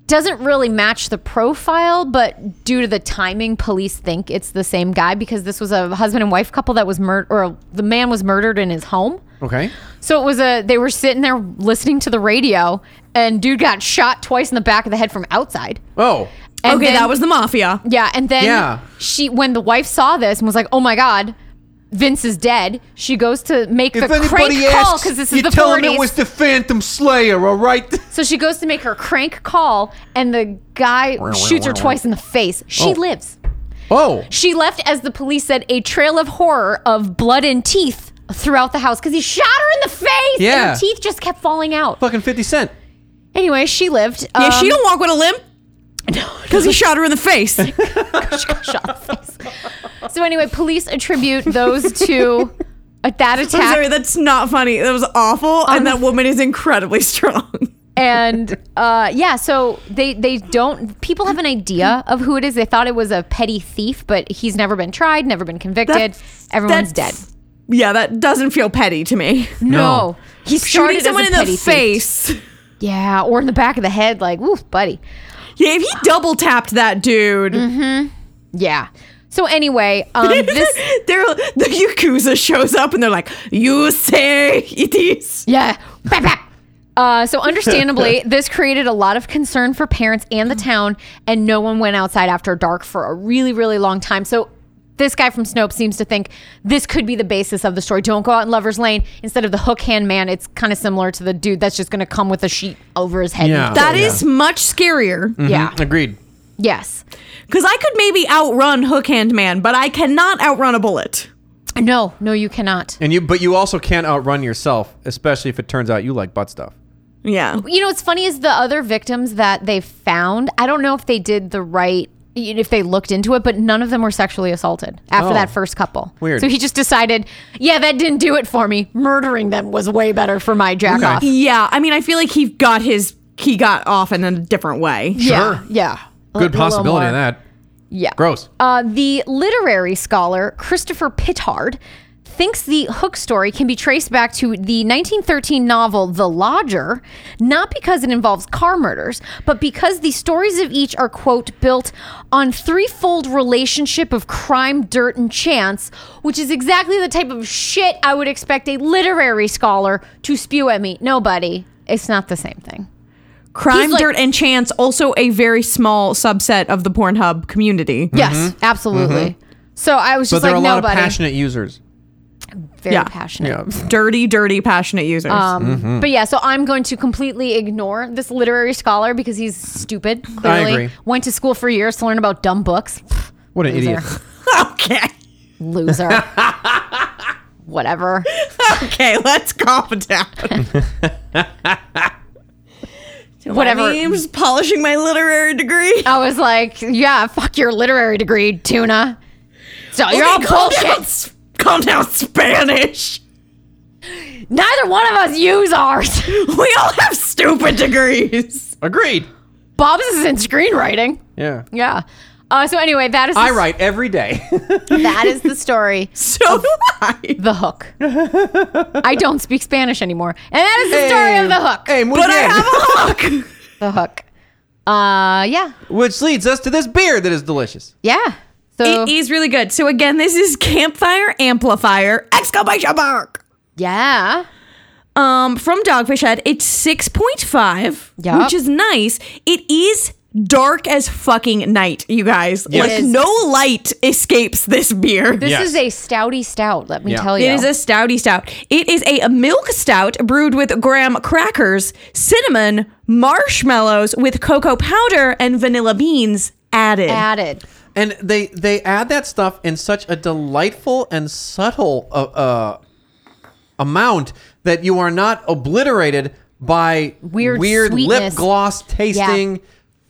B: doesn't really match the profile, but due to the timing, police think it's the same guy because this was a husband and wife couple that was murdered, or the man was murdered in his home.
C: Okay.
B: So it was a they were sitting there listening to the radio and dude got shot twice in the back of the head from outside.
C: Oh.
B: And
A: okay,
B: then-
A: that was the mafia.
B: Yeah, and then
C: Yeah.
B: she when the wife saw this and was like, "Oh my god, Vince is dead." She goes to make
C: If
B: the
C: anybody
B: crank call
C: asks,
B: cuz this
C: you
B: is the
C: tell him it
B: 40s.
C: was the Phantom Slayer, all right?
B: so she goes to make her crank call and the guy shoots her twice in the face. She
C: Oh.
B: lives.
C: Oh.
B: She left as the police said a trail of horror of blood and teeth throughout the house cuz he shot her in the face and
C: Yeah.
B: her teeth just kept falling out.
C: Fucking 50 Cent.
B: Anyway, she lived.
A: Yeah,
B: um,
A: she don't walk with a limp. Because he shot her in the face.
B: she got shot in the face. So anyway, police attribute those to uh, that
A: I'm
B: attack
A: sorry, that's not funny. That was awful.
B: Um,
A: and that woman is incredibly strong.
B: and uh, yeah. So they they don't. People have an idea of who it is. They thought it was a petty thief, but he's never been tried, never been convicted.
A: That's-
B: Everyone's dead.
A: that's- Yeah, that doesn't feel petty to me.
B: No, he started
A: Shooting
B: as
A: someone
B: a
A: in the
B: petty thief.
A: face.
B: Yeah, or in the back of the head, like, ooh, buddy.
A: Yeah, if he double tapped that dude,
B: Yeah. So anyway, Mm-hmm. um, this
A: they're, the Yakuza shows up and they're like, You say it is.
B: Yeah. Bap, bap. Uh, so, understandably, this created a lot of concern for parents and the town, and no one went outside after dark for a really, really long time. So, this guy from Snopes seems to think this could be the basis of the story. Don't go out in Lover's Lane. Instead of the hook hand man, it's kind of similar to the dude that's just going to come with a sheet over his head.
C: Yeah.
B: and-
A: That
C: Yeah.
B: Mm.
A: is much scarier.
B: yeah.
C: Agreed.
B: Yes.
A: Because I could maybe outrun Hook Hand Man, but I cannot outrun a bullet.
B: No, no, you cannot.
C: And you, but you also can't outrun yourself, especially if it turns out you like butt stuff.
A: Yeah.
B: You know, what's funny is the other victims that they found, I don't know if they did the right, if they looked into it, but none of them were sexually assaulted after
C: Oh.
B: that first couple.
C: Weird.
B: So he just decided, yeah, that didn't do it for me. Murdering them was way better for my jack
C: Okay.
B: off.
A: Yeah. I mean, I feel like he got his, he got off in a different way.
B: Yeah.
C: Sure.
B: Yeah.
C: Good possibility of
B: of
C: that.
B: Yeah.
C: Gross.
B: Uh, the literary scholar Christopher Pittard thinks the hook story can be traced back to the 1913 novel The Lodger, not because it involves car murders, but because the stories of each are, quote, built on threefold relationship of crime, dirt, and chance, which is exactly the type of shit I would expect a literary scholar to spew at me. Nobody. It's not the same thing.
A: Crime,
B: He's like-
A: dirt, and chance, also a very small subset of the Pornhub community.
B: Yes, absolutely. So I was
C: Mm-hmm. But
B: just
C: there are
B: like,
C: a lot
B: nobody.
C: of passionate users.
B: Very
A: Yeah.
B: passionate.
A: Dirty, dirty, passionate users.
B: Um,
C: Mm-hmm.
B: But yeah, so I'm going to completely ignore this literary scholar because he's stupid. Clearly,
C: agree.
B: went to school for years to learn about dumb books.
C: What an idiot.
A: okay.
B: Loser. Whatever.
A: Okay, let's calm down.
B: Whatever.
A: I mean, I'm just polishing my literary degree.
B: I was like, yeah, fuck your literary degree, tuna. So you're all
A: Okay, calm down,
B: bullshit.
A: s- Calm down, Spanish.
B: Neither one of us use ours.
A: We all have stupid degrees.
C: Agreed.
B: Bob's is in screenwriting.
C: Yeah.
B: Yeah. Uh, so anyway, that is the,
C: I write every day.
B: that is the story.
A: So do I.
B: The hook. I don't speak Spanish anymore, and that is the story of the hook.
C: Hey, muy
A: But I
C: bien.
A: have a look.
B: the hook. Uh, yeah,
C: Which leads us to this beer that is delicious.
B: yeah. So
A: It is really good. So again, this is Campfire Amplifier exclamation mark.
B: yeah,
A: Um, from Dogfish Head, it's six point five,
B: Yup.
A: which is nice. It is dark as fucking night, you guys.
C: Yes.
A: Like
B: It is.
A: no light escapes this beer.
B: this
C: Yes.
B: is a stouty stout. Let me
C: Yeah.
B: tell you,
A: It is a stouty stout. It is a milk stout brewed with graham crackers, cinnamon, marshmallows with cocoa powder and vanilla beans added.
B: added.
C: And they they add that stuff in such a delightful and subtle uh, uh, amount that you are not obliterated by
B: Weird
C: weird lip
B: sweetness.
C: gloss tasting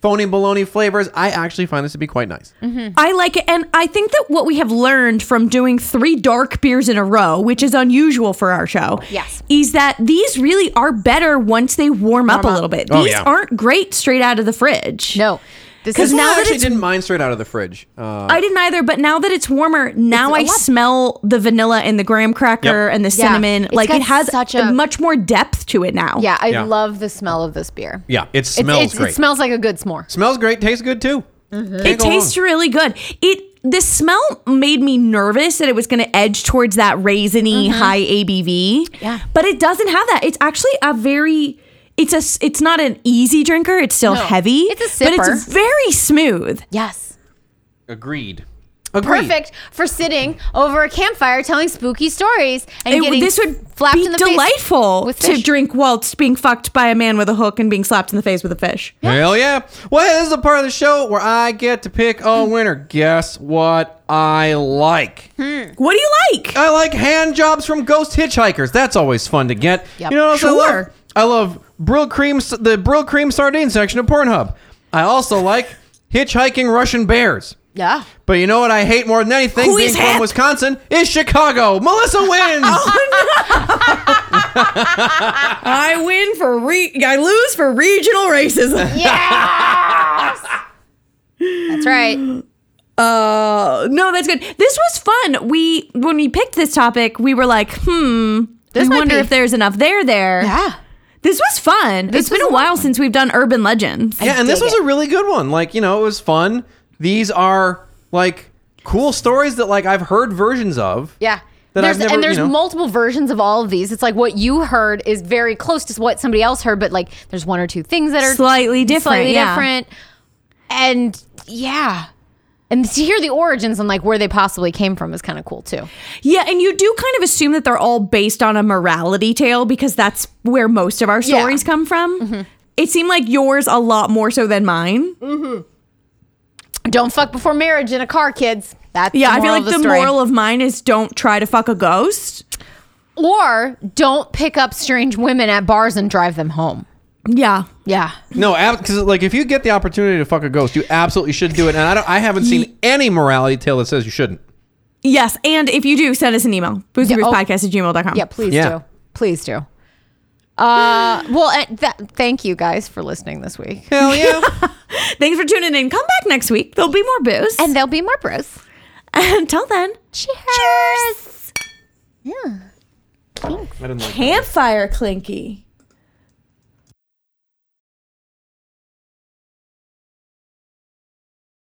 C: phony baloney flavors. I actually find this to be quite nice.
A: I like it. And I think that what we have learned from doing three dark beers in a row, which is unusual for our show,
B: Yes.
A: is that these really are better once they warm, up, a
B: up.
A: little bit.
C: Oh,
A: these
C: yeah.
A: aren't great straight out of the fridge.
B: No, this
C: This
B: is
A: Because
C: one
A: now
C: I
A: that
C: actually
A: it's-
C: didn't mind straight out of the fridge. Uh,
A: I didn't either, but now that it's warmer, now
B: a
A: I
B: lot-
A: smell the vanilla and the graham cracker
C: Yep.
A: and the
B: Yeah.
A: cinnamon.
B: It's
A: Like
B: got
A: it has
B: such a-
A: much more depth to it now.
B: yeah. I
C: Yeah.
B: love the smell of this beer.
C: yeah, it
B: It's-
C: smells
B: it's-
C: great.
B: It smells Mm-hmm. like a good s'more.
C: smells great. Tastes good too.
A: It tastes really good. It the smell made me nervous that it was going to edge towards that raisiny high ABV.
B: Mm-hmm. Yeah.
A: but it doesn't have that. It's actually a very it's a s- it's not an easy drinker. It's still
B: No.
A: heavy.
B: It's a
A: but it's
B: sipper.
A: very smooth.
B: Yes,
E: Agreed.
C: Agreed.
B: perfect for sitting over a campfire telling spooky stories and
A: It-
B: getting
A: this would
B: flapped
A: be
B: in the face
A: delightful
B: with
A: to
B: fish.
A: drink whilst being fucked by a man with a hook and being slapped in the face with a fish.
C: Hell yeah. Well, this is a part of the show where I get to pick
B: Mm.
C: a winner. Guess what I like?
B: Hmm?
A: What do you like?
C: I like hand jobs from ghost hitchhikers. That's always fun to get.
B: Yep.
C: You know what else I love?
A: Sure.
C: I love brill cream, the brill cream sardine section of Pornhub. I also like hitchhiking Russian bears.
B: Yeah.
C: But you know what I hate more than anything,
A: Who
C: being
A: is
C: from
A: hip?
C: Wisconsin, is Chicago. Melissa wins.
B: Oh,
A: I win for re- I lose for regional racism.
B: That's right.
A: Uh, no, that's good. This was fun. We when we picked this topic, we were like, hmm,
B: This
A: we
B: might
A: wonder
B: be-
A: if there's enough there there.
B: Yeah.
A: This was fun. it's been
B: was
A: a
B: a
A: while since we've done urban legends.
C: yeah, and this
B: dig
C: was a really good one. Like, you know, it was fun. These are like cool stories that like I've heard versions of.
B: Yeah.
C: That
B: there's,
C: I've never,
B: and there's
C: you know-
B: multiple versions of all of these. It's like what you heard is very close to what somebody else heard, but like there's one or two things that are
A: Slightly different,
B: slightly
A: yeah.
B: different. And yeah. And to hear the origins and like where they possibly came from is kind of cool too.
A: Yeah, and you do kind of assume that they're all based on a morality tale because that's where most of our
B: Yeah. Mm-hmm.
A: stories come from. It seemed like yours a lot more so than mine.
B: don't fuck before marriage in a car, kids. That's
A: Yeah,
B: the
A: I feel
B: moral of
A: like the,
B: story.
A: moral of mine is don't try to fuck a ghost.
B: Or don't pick up strange women at bars and drive them home.
A: Yeah.
B: Yeah.
C: No, because like if you get the opportunity to fuck a ghost, you absolutely should do it. And I don't, I haven't seen any morality tale that says you shouldn't.
A: Yes. And if you do, send us an email.
B: oh.
A: Boozyboothpodcast at gmail.com.
B: Yeah, please
C: Yeah.
B: do. Please do. Uh, well, and that, thank you guys for listening this week.
C: Hell yeah.
A: Thanks for tuning in. Come back next week. There'll be more booze.
B: And there'll be more bros.
A: until then,
B: Cheers.
A: campfire clinky.